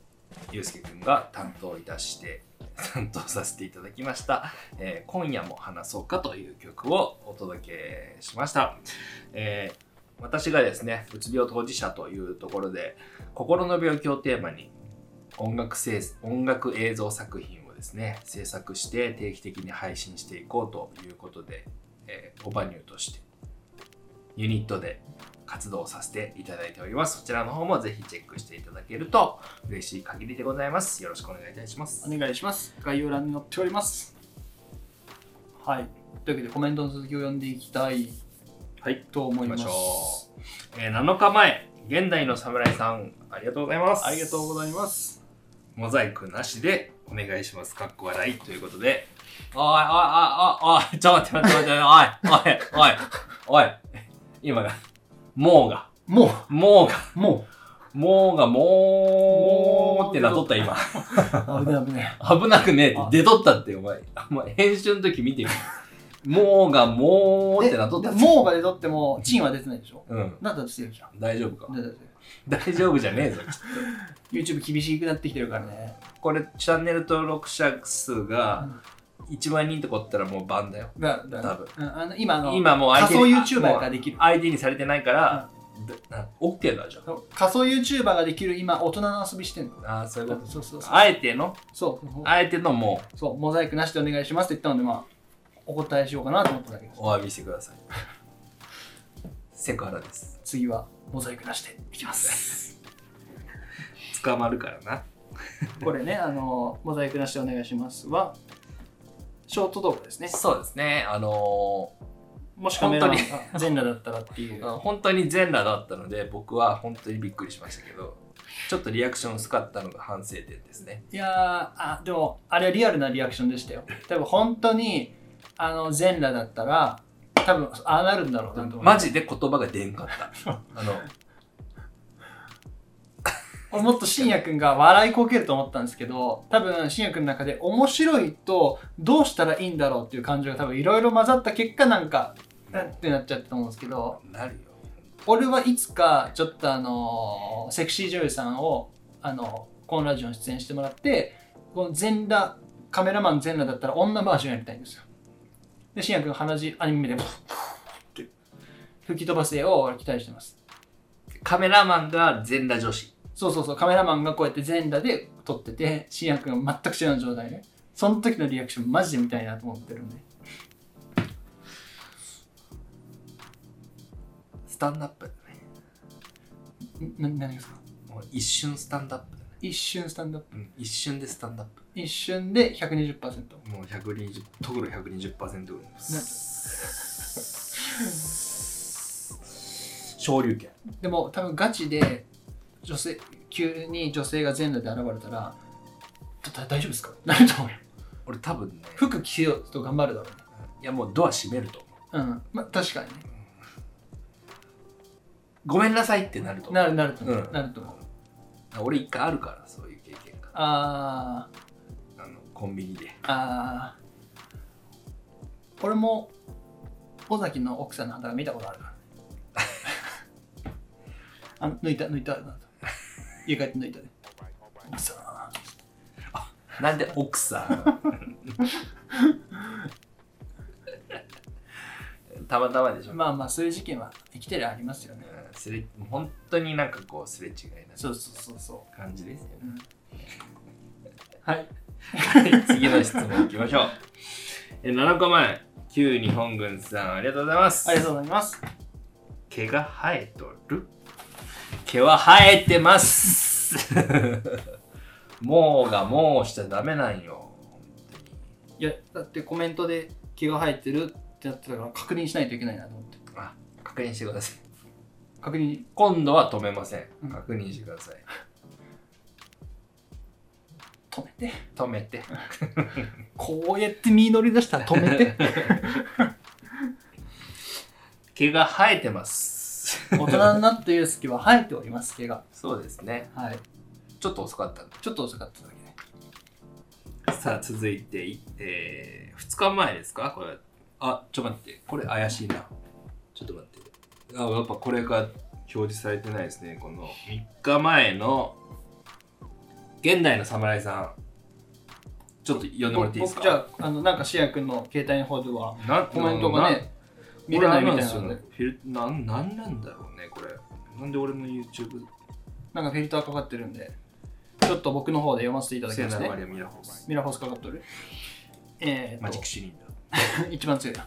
[SPEAKER 1] ゆうすけくんが担当いたして、担当させていただきました、えー今夜も話そうかという曲をお届けしました。えー私がですね、うつ病当事者というところで、心の病気をテーマに音楽制音楽映像作品をですね制作して定期的に配信していこうということで、えーオバニューとしてユニットで活動させていただいておりますそちらの方もぜひチェックしていただけると嬉しい限りでございますよろしくお願いいたします
[SPEAKER 2] お願いします。概要欄に載っております。はい。というわけでコメントの続きを読んでいきたい
[SPEAKER 1] はい
[SPEAKER 2] と思います。
[SPEAKER 1] 行きましょえー7日前現代の侍さんありがとうございます
[SPEAKER 2] ありがとうございます。
[SPEAKER 1] モザイクなしでお願いします。かっこ笑いということで。おいおいおいおいおい、ちょっと待って待って待って、おいおいおいおい、今が、もうが、
[SPEAKER 2] も
[SPEAKER 1] もうが、
[SPEAKER 2] う、も
[SPEAKER 1] もうが、もうってなっとった今。
[SPEAKER 2] う、 [LAUGHS] 危ない危ない。
[SPEAKER 1] 危なくねえって出とったってお前。お前編集の時見て [LAUGHS] み。もうが、もうってなっとった
[SPEAKER 2] で。もうが出とっても、チンは出てないでしょ。
[SPEAKER 1] うん、
[SPEAKER 2] なったとしてるじゃん。
[SPEAKER 1] 大丈夫か。
[SPEAKER 2] 出てる
[SPEAKER 1] 大丈夫じゃねえぞ。
[SPEAKER 2] YouTube 厳しくなってきてるからね。
[SPEAKER 1] これ、チャンネル登録者数が1万人とかおったらもうバンだよ。
[SPEAKER 2] だ、だ、
[SPEAKER 1] 多分
[SPEAKER 2] うんあの今あの、
[SPEAKER 1] 今もう相手
[SPEAKER 2] 仮想 YouTuber ができる
[SPEAKER 1] もう相手にされてないから、だな OK だじゃん
[SPEAKER 2] 仮想 YouTuber ができる今、大人の遊びしてんの。
[SPEAKER 1] ああそういうこと
[SPEAKER 2] そうそうそう。
[SPEAKER 1] あえての
[SPEAKER 2] そう、
[SPEAKER 1] あえてのも
[SPEAKER 2] そう、モザイクなしでお願いしますって言ったので、まあ、お答えしようかなと思っただけです
[SPEAKER 1] う。お詫びしてください [LAUGHS] セクハラです
[SPEAKER 2] 次は、モザイクなしでいきます。
[SPEAKER 1] 捕まるからな
[SPEAKER 2] これね、あの、モザイクなしでお願いしますは、ショート動画ですね。
[SPEAKER 1] そうですねあの
[SPEAKER 2] もしカメラマン
[SPEAKER 1] 本
[SPEAKER 2] が全裸だったらっていう。
[SPEAKER 1] ー本当に全裸だったので僕は本当にびっくりしましたけどちょっとリアクション薄かったのが反省点ですね
[SPEAKER 2] いやーあ、でも、あれはリアルなリアクションでしたよ。多分本当に、あの、全裸だったら、多分ああなるんだろうなと思う。
[SPEAKER 1] マジで言葉が出んかった [LAUGHS] あの
[SPEAKER 2] 俺もっと信也くんが笑いこけると思ったんですけど、多分信也くんの中で面白いとどうしたらいいんだろうっていう感情が多分いろいろ混ざった結果なんか、なんてなっちゃったと思うんですけど、
[SPEAKER 1] なるよ
[SPEAKER 2] 俺はいつかちょっとあのーセクシー女優さんを、あのこのラジオに出演してもらって、この全裸、カメラマン全裸だったら女バージョンやりたいんですよ。で、信也くん鼻血アニメで、って吹き飛ばせを俺期待してます。
[SPEAKER 1] カメラマンが全裸女子
[SPEAKER 2] そうそうそう、カメラマンがこうやって全裸で撮ってて、新薬が全く違う状態ね。その時のリアクションマジで見たいなと思ってるんで。
[SPEAKER 1] スタンダップだね
[SPEAKER 2] んな何ですか
[SPEAKER 1] もう一瞬スタンダップだね
[SPEAKER 2] 一瞬スタンドアッ
[SPEAKER 1] うん一瞬でスタンダップ
[SPEAKER 2] プ。一瞬で120%。
[SPEAKER 1] もう120ところ120%ぐらい昇竜拳
[SPEAKER 2] でも多分ガチで、女性、急に女性が全裸で現れたら、ちょっと大丈夫ですか [LAUGHS] なると思うよ。
[SPEAKER 1] 俺多分ね
[SPEAKER 2] 服着ようと頑張るだろ
[SPEAKER 1] いやもうドア閉めると思う
[SPEAKER 2] うね。うん。まあ確かにね。
[SPEAKER 1] ごめんなさいってなると思
[SPEAKER 2] なる、なると思う。
[SPEAKER 1] うん
[SPEAKER 2] なると思う。
[SPEAKER 1] う俺一回あるからそういう経験が
[SPEAKER 2] あー、
[SPEAKER 1] あのコンビニで
[SPEAKER 2] あー。俺も、尾崎の奥さんの肌見たことあるから。あの抜いた抜いた家帰って抜いたで奥さん
[SPEAKER 1] なんで奥 [LAUGHS] さんたまたまでしょ、
[SPEAKER 2] まあまあそういう事件は生きてりゃありますよね
[SPEAKER 1] うんすれ本当になんかこうすれ違いな
[SPEAKER 2] そうそうそうそ
[SPEAKER 1] 感じですよね
[SPEAKER 2] う、うん、はい
[SPEAKER 1] はい [LAUGHS] 次の質問いきましょうえ7日前旧日本軍さんありがとうございます
[SPEAKER 2] ありがとうございます
[SPEAKER 1] 毛が生えとる毛は生えてます [LAUGHS] もうがもうしちゃダメなんよ
[SPEAKER 2] いやだってコメントで毛が生えてるってなってたから確認しないといけないなと思って
[SPEAKER 1] あ確認してください
[SPEAKER 2] 確認
[SPEAKER 1] 今度は止めません
[SPEAKER 2] うん
[SPEAKER 1] 確認してください
[SPEAKER 2] 止めて
[SPEAKER 1] 止めて
[SPEAKER 2] こうやって身乗り出したら止
[SPEAKER 1] [LAUGHS]
[SPEAKER 2] めて
[SPEAKER 1] 毛が生えてます
[SPEAKER 2] 大人になっている隙は生えております毛が
[SPEAKER 1] そうですね
[SPEAKER 2] はい
[SPEAKER 1] ちょっと遅かったん
[SPEAKER 2] ちょっと遅かっただけね
[SPEAKER 1] でさあ続いてい、え2日前ですかこれあちょっと待ってこれ怪しいなちょっと待ってあやっぱこれが表示されてないですねこの3日前の現代の侍さんちょっと呼んでもらっていいです
[SPEAKER 2] 僕
[SPEAKER 1] か
[SPEAKER 2] じゃああのなんかシア君の携帯の方では
[SPEAKER 1] な
[SPEAKER 2] コメントがね見れないみたいなの
[SPEAKER 1] の
[SPEAKER 2] で
[SPEAKER 1] フィルなんなんなんだろうねこれなんで俺の YouTube
[SPEAKER 2] なんかフィルターかかってるんでちょっと僕の方で読ませていただき
[SPEAKER 1] 聖
[SPEAKER 2] ま
[SPEAKER 1] な
[SPEAKER 2] す
[SPEAKER 1] るマリ
[SPEAKER 2] ね
[SPEAKER 1] アミラホース
[SPEAKER 2] ミラホースかかっとるえ
[SPEAKER 1] マジ
[SPEAKER 2] ー
[SPEAKER 1] ッ
[SPEAKER 2] っ
[SPEAKER 1] クシリンダー
[SPEAKER 2] と一番強いな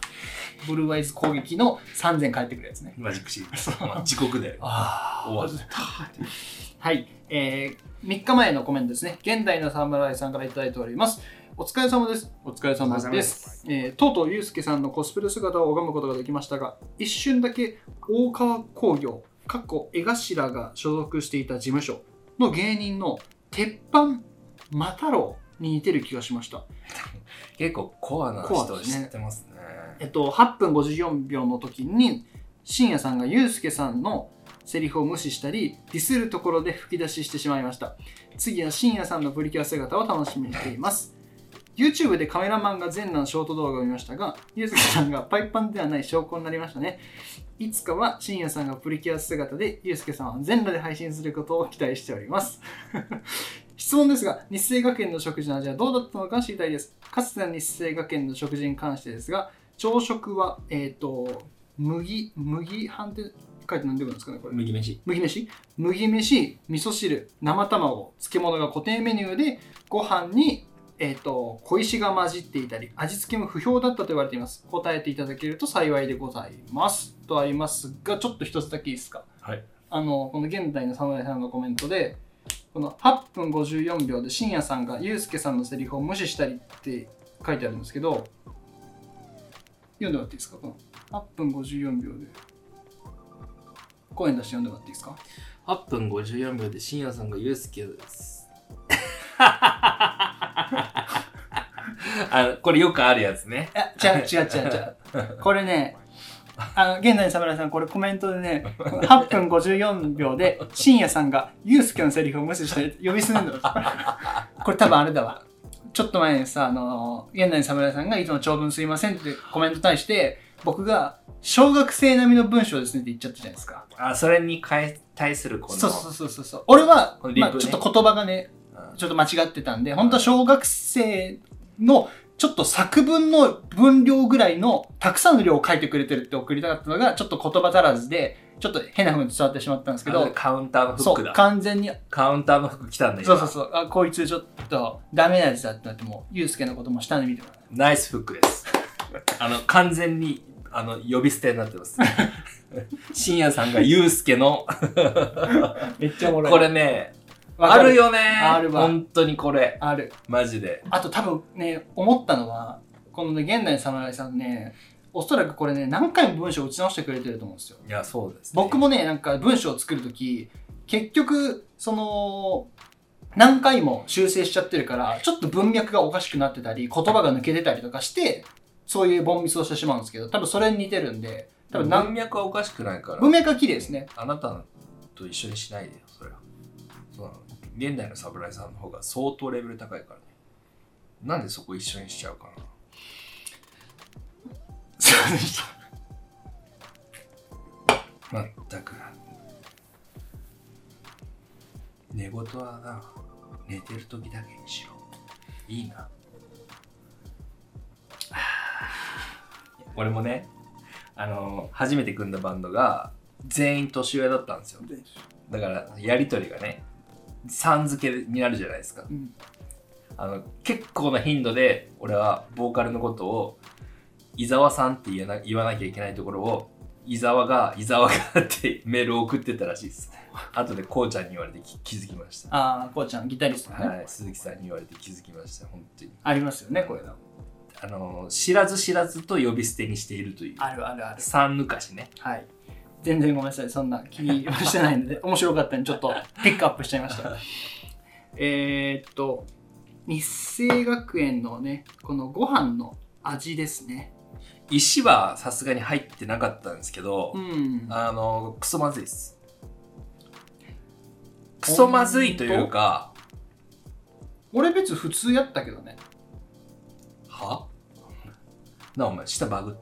[SPEAKER 2] ブルーアイズ攻撃の3000返ってくるやつね
[SPEAKER 1] マジックシリンダーまあ地獄だよ
[SPEAKER 2] [LAUGHS] あ
[SPEAKER 1] 終わった
[SPEAKER 2] はい、えー、3日前のコメントですね。現代の侍さんからいただいております。お疲れ様です。お疲れ様
[SPEAKER 1] お疲れ様
[SPEAKER 2] で
[SPEAKER 1] ですす。
[SPEAKER 2] えーとうとうユうスケさんのコスプレ姿を拝むことができましたが、一瞬だけ大川工業、かっこ江頭が所属していた事務所の芸人の鉄板マタロウに似てる気がしました。
[SPEAKER 1] 結構コアな人を知ってますね
[SPEAKER 2] えっと、8分54秒の時に、深夜さんがユうスケさんのセリフを無視したり、ディスるところで吹き出ししてしまいました。次は深夜さんのプリキュア姿を楽しみにしています。YouTube でカメラマンが全裸のショート動画を見ましたが、ユうスケさんがパイパンではない証拠になりましたね。いつかは深夜さんがプリキュア姿で、ユうスケさんは全裸で配信することを期待しております。 [LAUGHS] 質問ですが、日生学園の食事の味はどうだったのか知りたいです。かつての日生学園の食事に関してですが、朝食は、えっ、と、麦、麦飯って書いて何て読むんですかね、これ。
[SPEAKER 1] 麦飯
[SPEAKER 2] 麦飯麦飯、味噌汁、生卵、漬物が固定メニューで、ご飯に、えっ、と、小石が混じっていたり、味付けも不評だったと言われています。答えていただけると幸いでございます。とありますが、ちょっと一つだけいいですか。
[SPEAKER 1] はい
[SPEAKER 2] あの、この現代の侍さんのコメントで、この8分54秒で深夜さんがユうスケさんのセリフを無視したりって書いてあるんですけど、読んでもらっていいですかこの8分54秒で。声に出して読んでもらっていいですか
[SPEAKER 1] 8分54秒で深夜さんがユースケ [LAUGHS] です。あのこれよくあるやつね。
[SPEAKER 2] あ、違う違う違う違う。これね、あの、現代の侍さん、これコメントでね、8分54秒で、深夜さんが、ユうスケのセリフを無視して呼び捨てんだこれ多分あれだわ。ちょっと前にさ、あの、現代の侍さんが、いつも長文すいませんってコメントに対して、僕が、小学生並みの文章ですねって言っちゃったじゃないですか。
[SPEAKER 1] あそれにかえ対するこの
[SPEAKER 2] そうそうそうそうそう。俺は、
[SPEAKER 1] このリ
[SPEAKER 2] ま
[SPEAKER 1] ッ
[SPEAKER 2] あ、
[SPEAKER 1] プね
[SPEAKER 2] ちょっと言葉がね、
[SPEAKER 1] うん
[SPEAKER 2] ちょっと間違ってたんで、本当は小学生のちょっと作文の分量ぐらいのたくさんの量を書いてくれてるって送りたかったのが、ちょっと言葉足らずで、ちょっと変な風に伝わってしまったんですけ
[SPEAKER 1] あの
[SPEAKER 2] ど、
[SPEAKER 1] カウンターのフ
[SPEAKER 2] そ
[SPEAKER 1] ック
[SPEAKER 2] う、
[SPEAKER 1] だ。
[SPEAKER 2] 完全に、
[SPEAKER 1] カウンターの服着たんだよ。
[SPEAKER 2] そうそうそう、あこいつちょっとダメなやつだってなって、もう、ゆうすけのことも下に見てもらう。
[SPEAKER 1] ナイスフック
[SPEAKER 2] [LAUGHS]
[SPEAKER 1] です。あの完全にあの呼び捨てになってます。深夜さんがユースケの
[SPEAKER 2] [LAUGHS] めっちゃおも
[SPEAKER 1] これね
[SPEAKER 2] わか
[SPEAKER 1] ある。よね
[SPEAKER 2] あるわ
[SPEAKER 1] 本当にこれ
[SPEAKER 2] ある。
[SPEAKER 1] マジで。
[SPEAKER 2] あと多分ね、思ったのは、このね、現代の侍さんね、おそらくこれね、何回も文章を打ち直してくれてると思うんですよ。
[SPEAKER 1] いやそうです、ね。
[SPEAKER 2] 僕もねなんか文章を作る時結局その何回も修正しちゃってるからちょっと文脈がおかしくなってたり言葉が抜けてたりとかしてそういう凡ミスをしてしまうんですけど多分それに似てるんで多分
[SPEAKER 1] 文
[SPEAKER 2] 何
[SPEAKER 1] 脈はおかしくないから。
[SPEAKER 2] 文脈は綺麗ですね
[SPEAKER 1] あなたと一緒にしないでよ、それは。そうなの。現代の侍さんの方が相当レベル高いからね。なんでそこ一緒にしちゃうかな。
[SPEAKER 2] [LAUGHS] そうでした
[SPEAKER 1] まったく。寝言はな寝てる時だけにしろいいな俺もねあの初めて組んだバンドが全員年上だったんですよだからやり取りがねさん付けになるじゃないですか
[SPEAKER 2] うん
[SPEAKER 1] あの結構な頻度で俺はボーカルのことを伊沢さんって言えな言わなきゃいけないところを伊沢が伊沢がってメールを送ってたらしいです後でこうちゃんに言われてき気づきました
[SPEAKER 2] ああこうちゃんギタリストね、
[SPEAKER 1] はい鈴木さんに言われて気づきました本当に
[SPEAKER 2] ありますよねこういうの
[SPEAKER 1] あの知らず知らずと呼び捨てにしているという
[SPEAKER 2] あるあるある
[SPEAKER 1] 三ぬかしね
[SPEAKER 2] はい全然ごめんなさいそんな気はしてないので面白かったんでちょっとピックアップしちゃいましたえーっと日清学園のねこのご飯の味ですね
[SPEAKER 1] 石はさすがに入ってなかったんですけど、
[SPEAKER 2] うん
[SPEAKER 1] あのクソまずいですクソまずいというか
[SPEAKER 2] 俺別に普通やったけどね
[SPEAKER 1] はなあお前舌バグ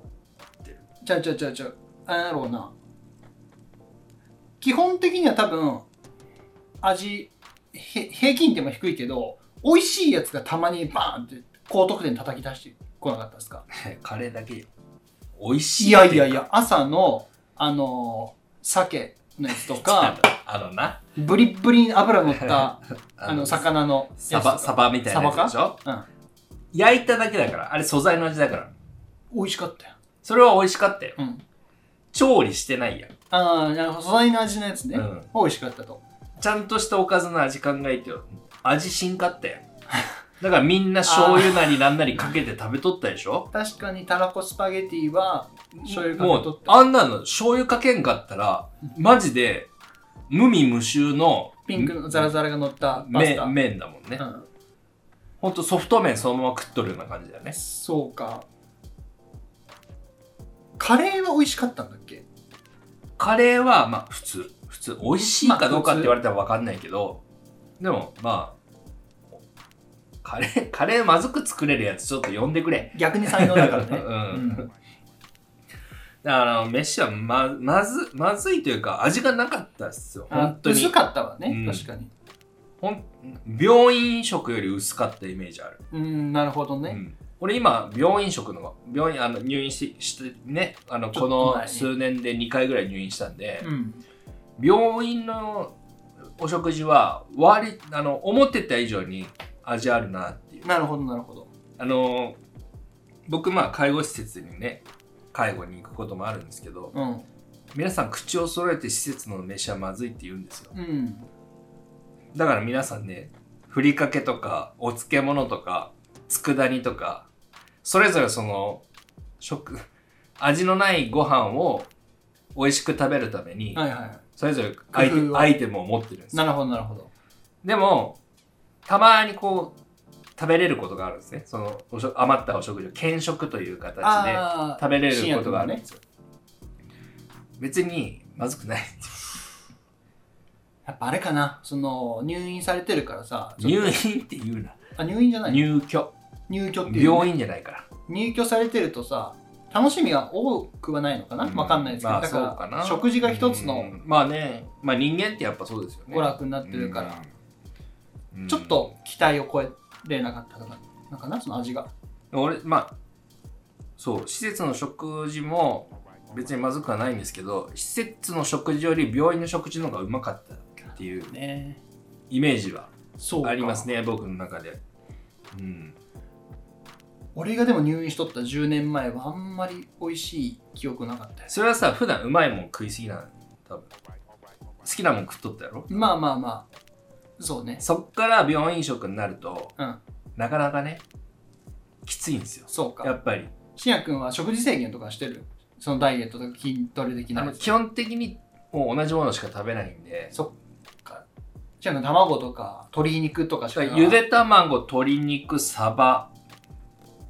[SPEAKER 1] [LAUGHS]
[SPEAKER 2] ちゃうちゃうちゃうちゃうあれだろうな基本的には多分味へ平均点も低いけど美味しいやつがたまにバーンって高得点叩き出してこなかったですか
[SPEAKER 1] カレーだけよ美味しい
[SPEAKER 2] いやいやいや朝のあのー鮭のやつと
[SPEAKER 1] [LAUGHS]
[SPEAKER 2] か
[SPEAKER 1] あのな
[SPEAKER 2] ブリッブリに油乗った
[SPEAKER 1] [LAUGHS] あ
[SPEAKER 2] あの魚の
[SPEAKER 1] サ
[SPEAKER 2] やつと
[SPEAKER 1] バ
[SPEAKER 2] か
[SPEAKER 1] サバみたいなやつでしょ
[SPEAKER 2] うん
[SPEAKER 1] 焼いただけだからあれ素材の味だから
[SPEAKER 2] 美味しかったよ、
[SPEAKER 1] それは美味しかったよ
[SPEAKER 2] うん、
[SPEAKER 1] 調理してないやん
[SPEAKER 2] ああなるほど素材の味のやつね、
[SPEAKER 1] うん
[SPEAKER 2] 美味しかったと
[SPEAKER 1] ちゃんとしたおかずの味考えてよ味しんかったよだからみんな醤油なりなんなりかけて食べとったでしょ
[SPEAKER 2] 確かにたらこスパゲティは醤油か
[SPEAKER 1] も
[SPEAKER 2] けと
[SPEAKER 1] う
[SPEAKER 2] っ、た
[SPEAKER 1] あんなの醤油かけんかったら、マジで、無味無臭の
[SPEAKER 2] ピンクのザラザラが乗ったパスタ。
[SPEAKER 1] 麺麺だもんね
[SPEAKER 2] う。ん、
[SPEAKER 1] ほんとソフト麺そのまま食っとるような感じだよね。
[SPEAKER 2] そうか。カレーは美味しかったんだっけ
[SPEAKER 1] カレーは、まあ、普通。普通。美味しいかどうかって言われたらわかんないけど、でも、まあ、カレー、カレーまずく作れるやつちょっと呼んでくれ。
[SPEAKER 2] 逆に才能だか
[SPEAKER 1] [LAUGHS]
[SPEAKER 2] ら
[SPEAKER 1] う
[SPEAKER 2] ね。
[SPEAKER 1] ん。だから、あの飯はま、まず、まずいというか、味がなかったっすよ。
[SPEAKER 2] あ
[SPEAKER 1] 本当に
[SPEAKER 2] 薄。かったわね、
[SPEAKER 1] うん
[SPEAKER 2] 確かに。
[SPEAKER 1] ほん病院食より薄かったイメージある。
[SPEAKER 2] うん、なるほどね。
[SPEAKER 1] うん俺今病院食のが病院あの入院ししてねあの
[SPEAKER 2] ち
[SPEAKER 1] こ
[SPEAKER 2] ょっと前に
[SPEAKER 1] の数年で2回ぐらい入院したんで、
[SPEAKER 2] うん
[SPEAKER 1] 病院のお食事は割あの思ってた以上に味あるなっていう
[SPEAKER 2] なるほど、なるほど。
[SPEAKER 1] あの僕まあ介護施設にね介護に行くこともあるんですけど
[SPEAKER 2] うん。
[SPEAKER 1] 皆さん口を揃えて施設の飯はまずいって言うんですよ
[SPEAKER 2] うん。
[SPEAKER 1] だから皆さんねふりかけとかお漬物とか佃煮とかそれぞれその食味のないご飯を美味しく食べるために、
[SPEAKER 2] はいはいは
[SPEAKER 1] それぞれアイテ
[SPEAKER 2] 工夫を
[SPEAKER 1] アイテムを持ってるんで
[SPEAKER 2] い。
[SPEAKER 1] す
[SPEAKER 2] な
[SPEAKER 1] よ
[SPEAKER 2] るほど、なるほど。
[SPEAKER 1] でもたまにこう食べれることがあるんですねそのおしょ余ったお食事を兼食という形で
[SPEAKER 2] ああ、
[SPEAKER 1] 食べれることがあるんですよ、別にまずくない
[SPEAKER 2] やっぱあれかな、その入院されてるからさ、ちょっ
[SPEAKER 1] 入院って言うな
[SPEAKER 2] とあ入院じゃない
[SPEAKER 1] 入居
[SPEAKER 2] 入居っていう、
[SPEAKER 1] 病院じゃないから
[SPEAKER 2] 入居されてるとさ楽しみは多くはないのかな、
[SPEAKER 1] うん
[SPEAKER 2] わかんないですけど、
[SPEAKER 1] まあ
[SPEAKER 2] だか
[SPEAKER 1] そうからな
[SPEAKER 2] 食事が一つ
[SPEAKER 1] う
[SPEAKER 2] の
[SPEAKER 1] んまあねまあ人間ってやっぱそうですよね
[SPEAKER 2] 娯楽になってるから、
[SPEAKER 1] うん
[SPEAKER 2] ちょっと期待を超えれなかったのかなかなその味が
[SPEAKER 1] 俺まあそう施設の食事も別にまずくはないんですけど施設の食事より病院の食事の方がうまかったっていう
[SPEAKER 2] ね
[SPEAKER 1] イメージは
[SPEAKER 2] そうか
[SPEAKER 1] ありますね僕の中でうん
[SPEAKER 2] 俺がでも入院しとった10年前はあんまり美味しい記憶なかったです
[SPEAKER 1] それはさ普段うまいもん食いすぎなの多分好きなもん食っとったやろ
[SPEAKER 2] まあまあまあそうね
[SPEAKER 1] そっから病院食になると
[SPEAKER 2] うん
[SPEAKER 1] なかなかねきついんですよ
[SPEAKER 2] そう
[SPEAKER 1] や
[SPEAKER 2] か
[SPEAKER 1] っぱり
[SPEAKER 2] しんやくんは食事制限とかしてるそのダイエットとか筋トレ
[SPEAKER 1] あ
[SPEAKER 2] 的な
[SPEAKER 1] の基本的にもう同じものしか食べないんで
[SPEAKER 2] そっかしんやくん卵とか鶏肉とかしか
[SPEAKER 1] ゆで卵鶏肉サバ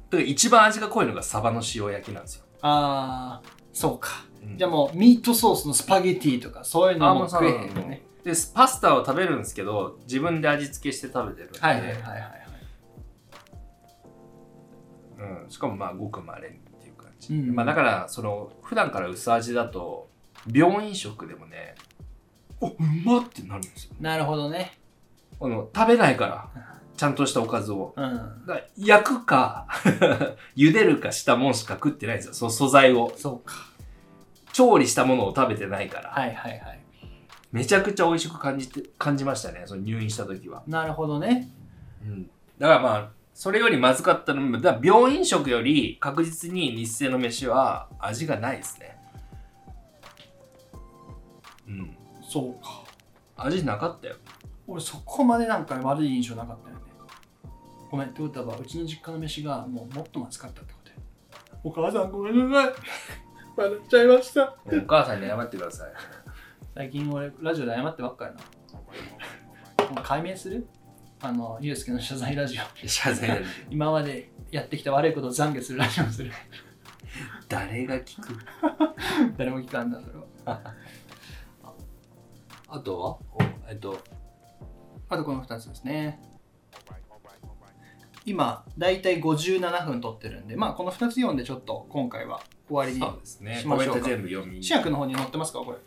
[SPEAKER 1] だから一番味が濃いのがサバの塩焼きなんですよ、
[SPEAKER 2] ああそうか
[SPEAKER 1] うん
[SPEAKER 2] じゃあもうミートソースのスパゲティとかそういうの
[SPEAKER 1] あも
[SPEAKER 2] も
[SPEAKER 1] うさ
[SPEAKER 2] 食えへんよね。
[SPEAKER 1] でパスタを食べるんですけど自分で味付けして食べてるんで、
[SPEAKER 2] はいはいはいはいはい。
[SPEAKER 1] うん、しかもまあごくまれっていう感じ、
[SPEAKER 2] うん
[SPEAKER 1] まあ、だからその普段から薄味だと病院食でもねおうまってなるんですよ
[SPEAKER 2] なるほどね。
[SPEAKER 1] あの食べないからちゃんとしたおかずを
[SPEAKER 2] うん。
[SPEAKER 1] だから焼くか [LAUGHS] 茹でるかしたもんしか食ってないんですよその素材を
[SPEAKER 2] そうか。
[SPEAKER 1] 調理したものを食べてないから、
[SPEAKER 2] はいはいはい。
[SPEAKER 1] めちゃくちゃ美味しく感じて感じましたねその入院した時は、
[SPEAKER 2] なるほどね。
[SPEAKER 1] うん、だからまあそれよりまずかったのもだから病院食より確実に日清の飯は味がないですねうん
[SPEAKER 2] そうか。
[SPEAKER 1] 味なかったよ
[SPEAKER 2] 俺そこまでなんか悪い印象なかったよね。ごめん、ってことはうちの実家の飯がもうもっとまずかったってことよ。お母さんごめんなさい。笑っちゃいました。
[SPEAKER 1] お母さんに謝ってください
[SPEAKER 2] 最近俺ラジオで謝ってばっかやな。もう解明するあの、ゆうすけの謝罪ラジオ。
[SPEAKER 1] 謝罪だね
[SPEAKER 2] 今までやってきた悪いことを懺悔するラジオを
[SPEAKER 1] [LAUGHS]
[SPEAKER 2] する。
[SPEAKER 1] 誰が聞く
[SPEAKER 2] 誰も聞かんな、それは。
[SPEAKER 1] あとはおえっと
[SPEAKER 2] あとこの2つですね。今、だいたい57分撮ってるんで、まあこの2つ読んでちょっと今回は終わりに。
[SPEAKER 1] そうですね
[SPEAKER 2] し
[SPEAKER 1] コ
[SPEAKER 2] ま
[SPEAKER 1] メ
[SPEAKER 2] し
[SPEAKER 1] ン
[SPEAKER 2] ょうか
[SPEAKER 1] ト全部読み
[SPEAKER 2] 新薬の方に載ってますかこれ。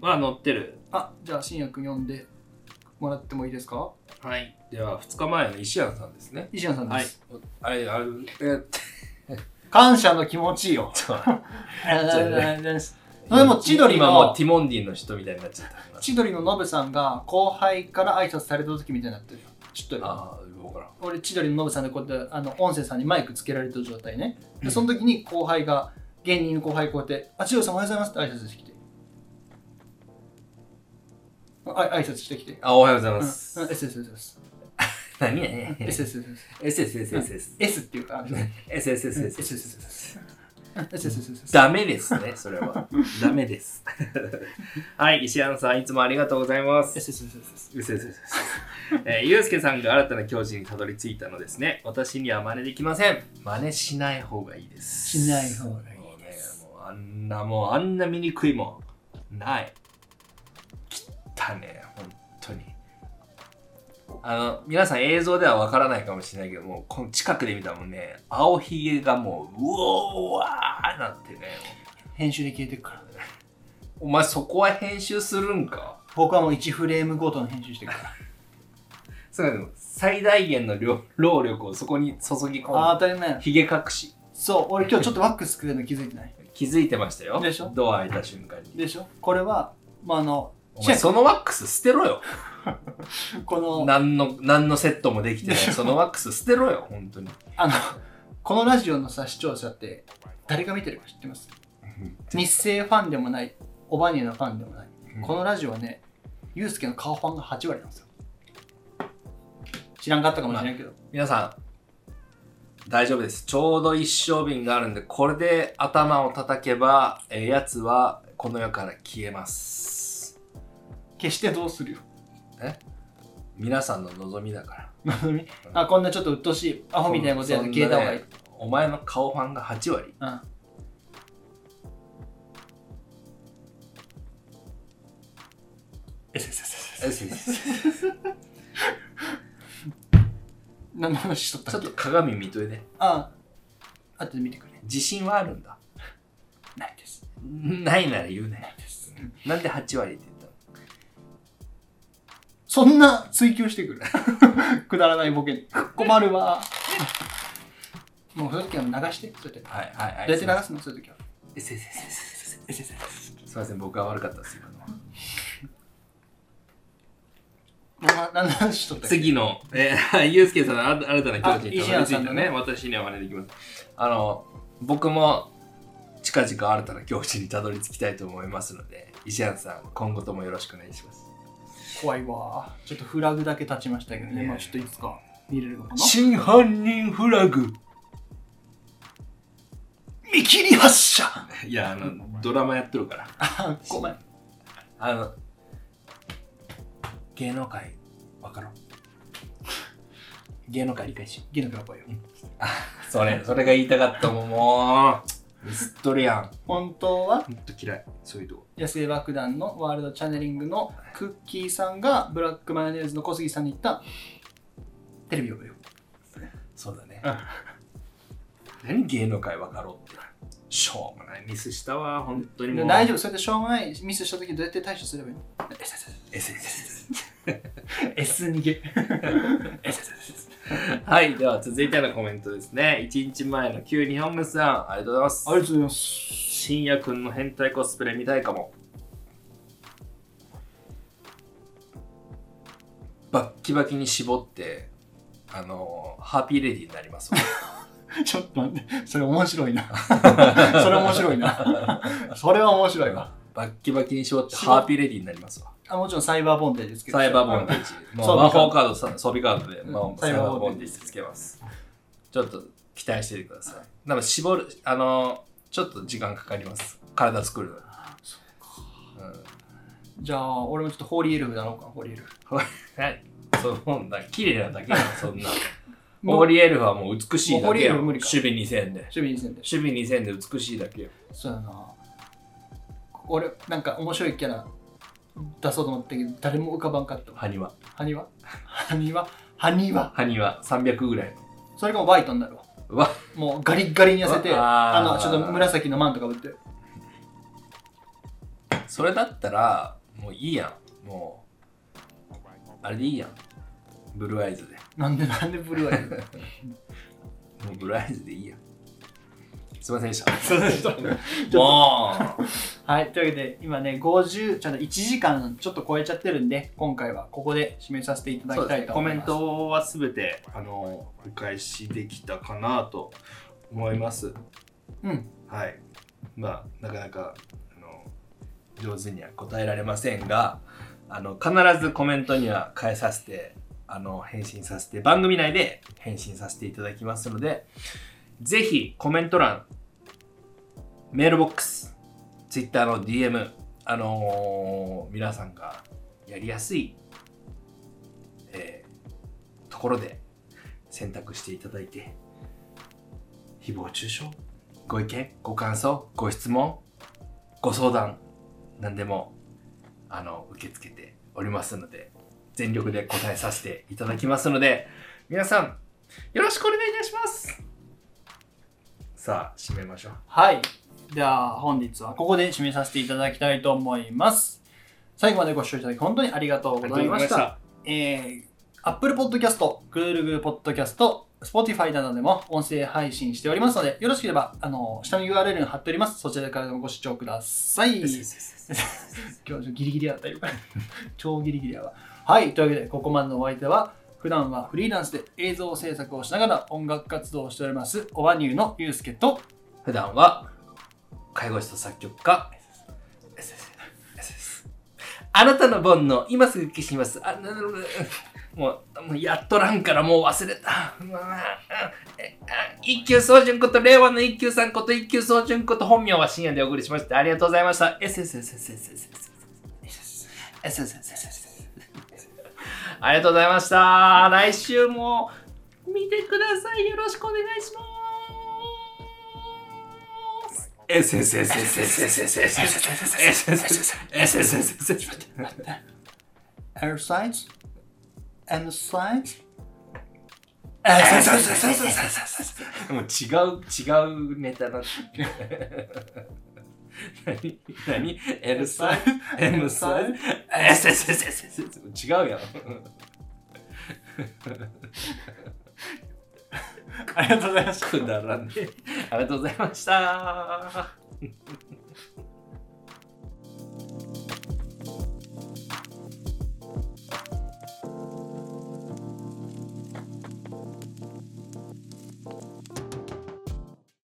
[SPEAKER 1] まあ載ってる
[SPEAKER 2] あ、じゃあ新薬読んでもらってもいいですか
[SPEAKER 1] はいでは2日前の石原さんですね
[SPEAKER 2] 石野さんで
[SPEAKER 1] はい
[SPEAKER 2] す。
[SPEAKER 1] あれあれえー
[SPEAKER 2] 感謝の気持ちよ。
[SPEAKER 1] ちょっと
[SPEAKER 2] ありがとうございます。そ
[SPEAKER 1] 今
[SPEAKER 2] れも千鳥
[SPEAKER 1] 今も
[SPEAKER 2] の
[SPEAKER 1] う、ティモンディの人みたいになっちゃったから
[SPEAKER 2] 千鳥のノブさんが後輩から挨拶された時みたいになってる。ちょっ
[SPEAKER 1] [LAUGHS]
[SPEAKER 2] と
[SPEAKER 1] ああ分からん
[SPEAKER 2] 俺千鳥のノブさんでこうやってあの音声さんにマイクつけられてる状態ねでその時に後輩が芸人の後輩こうやって「あ千鳥さんおはようございます」って挨拶してきてあ挨拶してきて
[SPEAKER 1] あおはようござい
[SPEAKER 2] 「うん、
[SPEAKER 1] ま
[SPEAKER 2] うん
[SPEAKER 1] す、
[SPEAKER 2] SSSS
[SPEAKER 1] [LAUGHS] 何やね
[SPEAKER 2] SSSS
[SPEAKER 1] SSSSS
[SPEAKER 2] S っていうか
[SPEAKER 1] SSSS
[SPEAKER 2] SSSS SSSS
[SPEAKER 1] ダメですねそれは [LAUGHS] ダメですはい石原さんいつもありがとうございます
[SPEAKER 2] SSSS
[SPEAKER 1] うせうせうせえー、ゆうすけさんが新たな境地にたどり着いたのですね私には真似できません真似しない方がいいです
[SPEAKER 2] しない方がい
[SPEAKER 1] いですもう,、ね、もうあんなもうあんな醜いもんない汚ねえ本当にあの皆さん映像ではわからないかもしれないけどもうこの近くで見たらもんね青ひげがもううおーわーなってね
[SPEAKER 2] 編集で消えてくから
[SPEAKER 1] お前そこは編集するんか
[SPEAKER 2] 僕はもう1フレームごとの編集してくから
[SPEAKER 1] そうなの最大限の量労力をそこに注ぎ込む
[SPEAKER 2] あー当たり前や
[SPEAKER 1] ひげ隠し
[SPEAKER 2] そう俺今日ちょっとワックスくれるの気づいてない
[SPEAKER 1] 気づいてましたよ
[SPEAKER 2] でしょ
[SPEAKER 1] ドア開いた瞬間に
[SPEAKER 2] でしょこれはまああの
[SPEAKER 1] お前そのワックス捨てろよ
[SPEAKER 2] この
[SPEAKER 1] 何の何のセットもできてないそのワックス捨てろよ本当に
[SPEAKER 2] あの、このラジオのさ、視聴者って、誰が見てるか知ってます日清ファンでもない、オバニエのファンでもない。このラジオはね、ユうスケの顔ファンが8割なんですよ。知らんかったかもしれないけど。
[SPEAKER 1] 皆さん大丈夫ですちょうど一升瓶があるんでこれで頭を叩けば、えー、やつはこの世から消えます
[SPEAKER 2] 決してどうするよ。
[SPEAKER 1] 皆さんの望みだから
[SPEAKER 2] あ、こんなちょっと鬱陶しい、アホみたいなことやって消えた方がいい。
[SPEAKER 1] そんなねお前の顔ファンが8割
[SPEAKER 2] うん。何の話しとっ
[SPEAKER 1] [LAUGHS]
[SPEAKER 2] た
[SPEAKER 1] ちょ
[SPEAKER 2] っ
[SPEAKER 1] っ
[SPEAKER 2] け
[SPEAKER 1] と鏡見といて、
[SPEAKER 2] あ、後で見てくれ。
[SPEAKER 1] 自信はあるんだ。
[SPEAKER 2] ないです。
[SPEAKER 1] ないなら言うね。なんで8割って言っ
[SPEAKER 2] そんな追求してくる。 [LAUGHS] くだらないボケに。困るわ。もうそういう時は流して、そうやって。
[SPEAKER 1] たのはいはいはい。
[SPEAKER 2] どうやって流すのそういう時は。
[SPEAKER 1] えせせせせせせせせすいません、僕は悪かったです。今のは
[SPEAKER 2] な何の話しとったっけ
[SPEAKER 1] 次の、えー、 [LAUGHS] ゆうすけさんの新新たな境地にたど
[SPEAKER 2] あ
[SPEAKER 1] り着い
[SPEAKER 2] 石原さん
[SPEAKER 1] た
[SPEAKER 2] の
[SPEAKER 1] ね。
[SPEAKER 2] ね
[SPEAKER 1] 私には真似できます。あの、僕も近々新たな境地にたどり着きたいと思いますので、石原さん、今後ともよろしくお願いします。
[SPEAKER 2] 怖いわちょっとフラグだけ立ちましたけどね、
[SPEAKER 1] ねえ
[SPEAKER 2] まあちょっといつか見れるのかな
[SPEAKER 1] [LAUGHS] 真犯人フラグ
[SPEAKER 2] 見切り発射
[SPEAKER 1] いや、あの、ドラマやってるから。
[SPEAKER 2] あ [LAUGHS] ごめん
[SPEAKER 1] あの、芸能界、わからん。芸能界理解しよ
[SPEAKER 2] ギノが怖いよ
[SPEAKER 1] う。それ、それが言いたかったもん、もう。ミスっとるやん。
[SPEAKER 2] 本当は
[SPEAKER 1] ほんと嫌い、そういうとこ。
[SPEAKER 2] 野生爆弾のワールドチャネリングのクッキーさんがブラックマヨネーズの小杉さんに言ったテレビ呼ぶよ
[SPEAKER 1] そうだね。何芸能界わかろうって。しょうもないミスしたわ本当にもう
[SPEAKER 2] 大丈夫、それでしょうもないミスした時どうやって対処すればいいの
[SPEAKER 1] SS [LAUGHS]
[SPEAKER 2] ?S 逃げ。
[SPEAKER 1] はいでは続いてのコメントですね1日前の旧日本語さんありがとうございます
[SPEAKER 2] ありがとうございます。
[SPEAKER 1] 深夜くんの変態コスプレ見たいかもバッキバキに絞ってあのハッピーレディーになりますわ
[SPEAKER 2] ちょっと待って、それ面白
[SPEAKER 1] [LAUGHS]
[SPEAKER 2] いな。それ面白いな。それは面白いわ。
[SPEAKER 1] バッキバキに絞ってハッピーレディーになりますわ
[SPEAKER 2] あもちろんサイバーボンデーですけど。
[SPEAKER 1] サイバーボンデージもう魔法カードさ装備カードで、
[SPEAKER 2] うん
[SPEAKER 1] もうサ
[SPEAKER 2] サ
[SPEAKER 1] イ
[SPEAKER 2] イ
[SPEAKER 1] バ
[SPEAKER 2] バ
[SPEAKER 1] ー
[SPEAKER 2] ー
[SPEAKER 1] ボ
[SPEAKER 2] ボ
[SPEAKER 1] ン
[SPEAKER 2] ン
[SPEAKER 1] デ
[SPEAKER 2] デ
[SPEAKER 1] ー
[SPEAKER 2] ー
[SPEAKER 1] ジつけますちょっと期待しててください多分絞るあのちょっと時間かかります体作るのにうん
[SPEAKER 2] じゃあ、俺もちょっとホーリーエルフだろうか、ホーリーエルフ。
[SPEAKER 1] はい。そう、もんな、綺麗なだけだ、そんな。
[SPEAKER 2] もう
[SPEAKER 1] オーリエルフはもう美しい
[SPEAKER 2] もう
[SPEAKER 1] だ
[SPEAKER 2] オー
[SPEAKER 1] け
[SPEAKER 2] リエ
[SPEAKER 1] よ。
[SPEAKER 2] ルフ無
[SPEAKER 1] 守
[SPEAKER 2] 理か
[SPEAKER 1] 備2000で。
[SPEAKER 2] 趣味にせんで。
[SPEAKER 1] 守備2000で美しいだけよ。
[SPEAKER 2] そうやな。俺、なんか面白いキャラ出そうと思ったけど、誰も浮かばんかったわ。
[SPEAKER 1] 埴輪。
[SPEAKER 2] ハニワハニワハニワ
[SPEAKER 1] 埴輪300ぐらいの。
[SPEAKER 2] それがもうワイトになるわ。
[SPEAKER 1] うわ
[SPEAKER 2] もうガリッガリに痩せて、
[SPEAKER 1] うわ
[SPEAKER 2] あ
[SPEAKER 1] あー
[SPEAKER 2] の、ちょっと紫のマントかぶって。
[SPEAKER 1] それだったら、もういいやん。もう、あれでいいやん。ブルーアイズで。
[SPEAKER 2] なんでなんでブルー
[SPEAKER 1] [LAUGHS]
[SPEAKER 2] アイズだよ
[SPEAKER 1] もうブルーアイズでいいやん。すいませんでした。
[SPEAKER 2] そうそうそう
[SPEAKER 1] も
[SPEAKER 2] はい、というわけで、今ね、50、ちょっと1時間ちょっと超えちゃってるんで、今回はここで締めさせていただ
[SPEAKER 1] う
[SPEAKER 2] きたいと思います。
[SPEAKER 1] トはすべて、あの、お返しできたかなと思います。
[SPEAKER 2] うん。
[SPEAKER 1] はい。まあ、なかなか、あの、上手には答えられませんが、あの、必ずコメントには返させて、あの、返信させて、番組内で返信させていただきますので、ぜひコメント欄、メールボックス、Twitter の DM、あのー皆さんがやりやすい、えーところで選択していただいて、誹謗中傷ご意見、ご感想、ご質問、ご相談、何でも、あの、受け付けておりますので、全力で答えさせていただきますので、皆さん、よろしくお願いいたしますさあ、締めましょう。
[SPEAKER 2] はい。では、本日はここで締めさせていただきたいと思います。最後までご視聴いただき本当にありがとうございました。えー、Apple Podcast、Google Podcast、Spotify などでも音声配信しておりますので、よろしければ、あの、下の URL に貼っております。そちらからでもご視聴ください。今日ギリギリやったよ。 [LAUGHS] 超ギリギリやわ。はい、というわけで、ここまでのお相手は、普段はフリーランスで映像制作をしながら音楽活動をしております、オバニューのゆうすけと、
[SPEAKER 1] 普段は、介護士と作曲家、あなたの煩悩、今すぐ消します。あなななもう、もうやっとらんからもう忘れた。うわうんえあ一休総順こと、令和の一休さんこと、一休総順こと、本名は深夜でお送りしました。ありがとうございました。ありがとうございました。来週も見てください。よろしくお願いします。
[SPEAKER 2] Air Sides and Sides
[SPEAKER 1] もう違う違うネタなって何何 ?L サイ ?M サイ ?SSSS 違うやん。
[SPEAKER 2] ありがとうございました。
[SPEAKER 1] くだらねえ。ありがとうございました。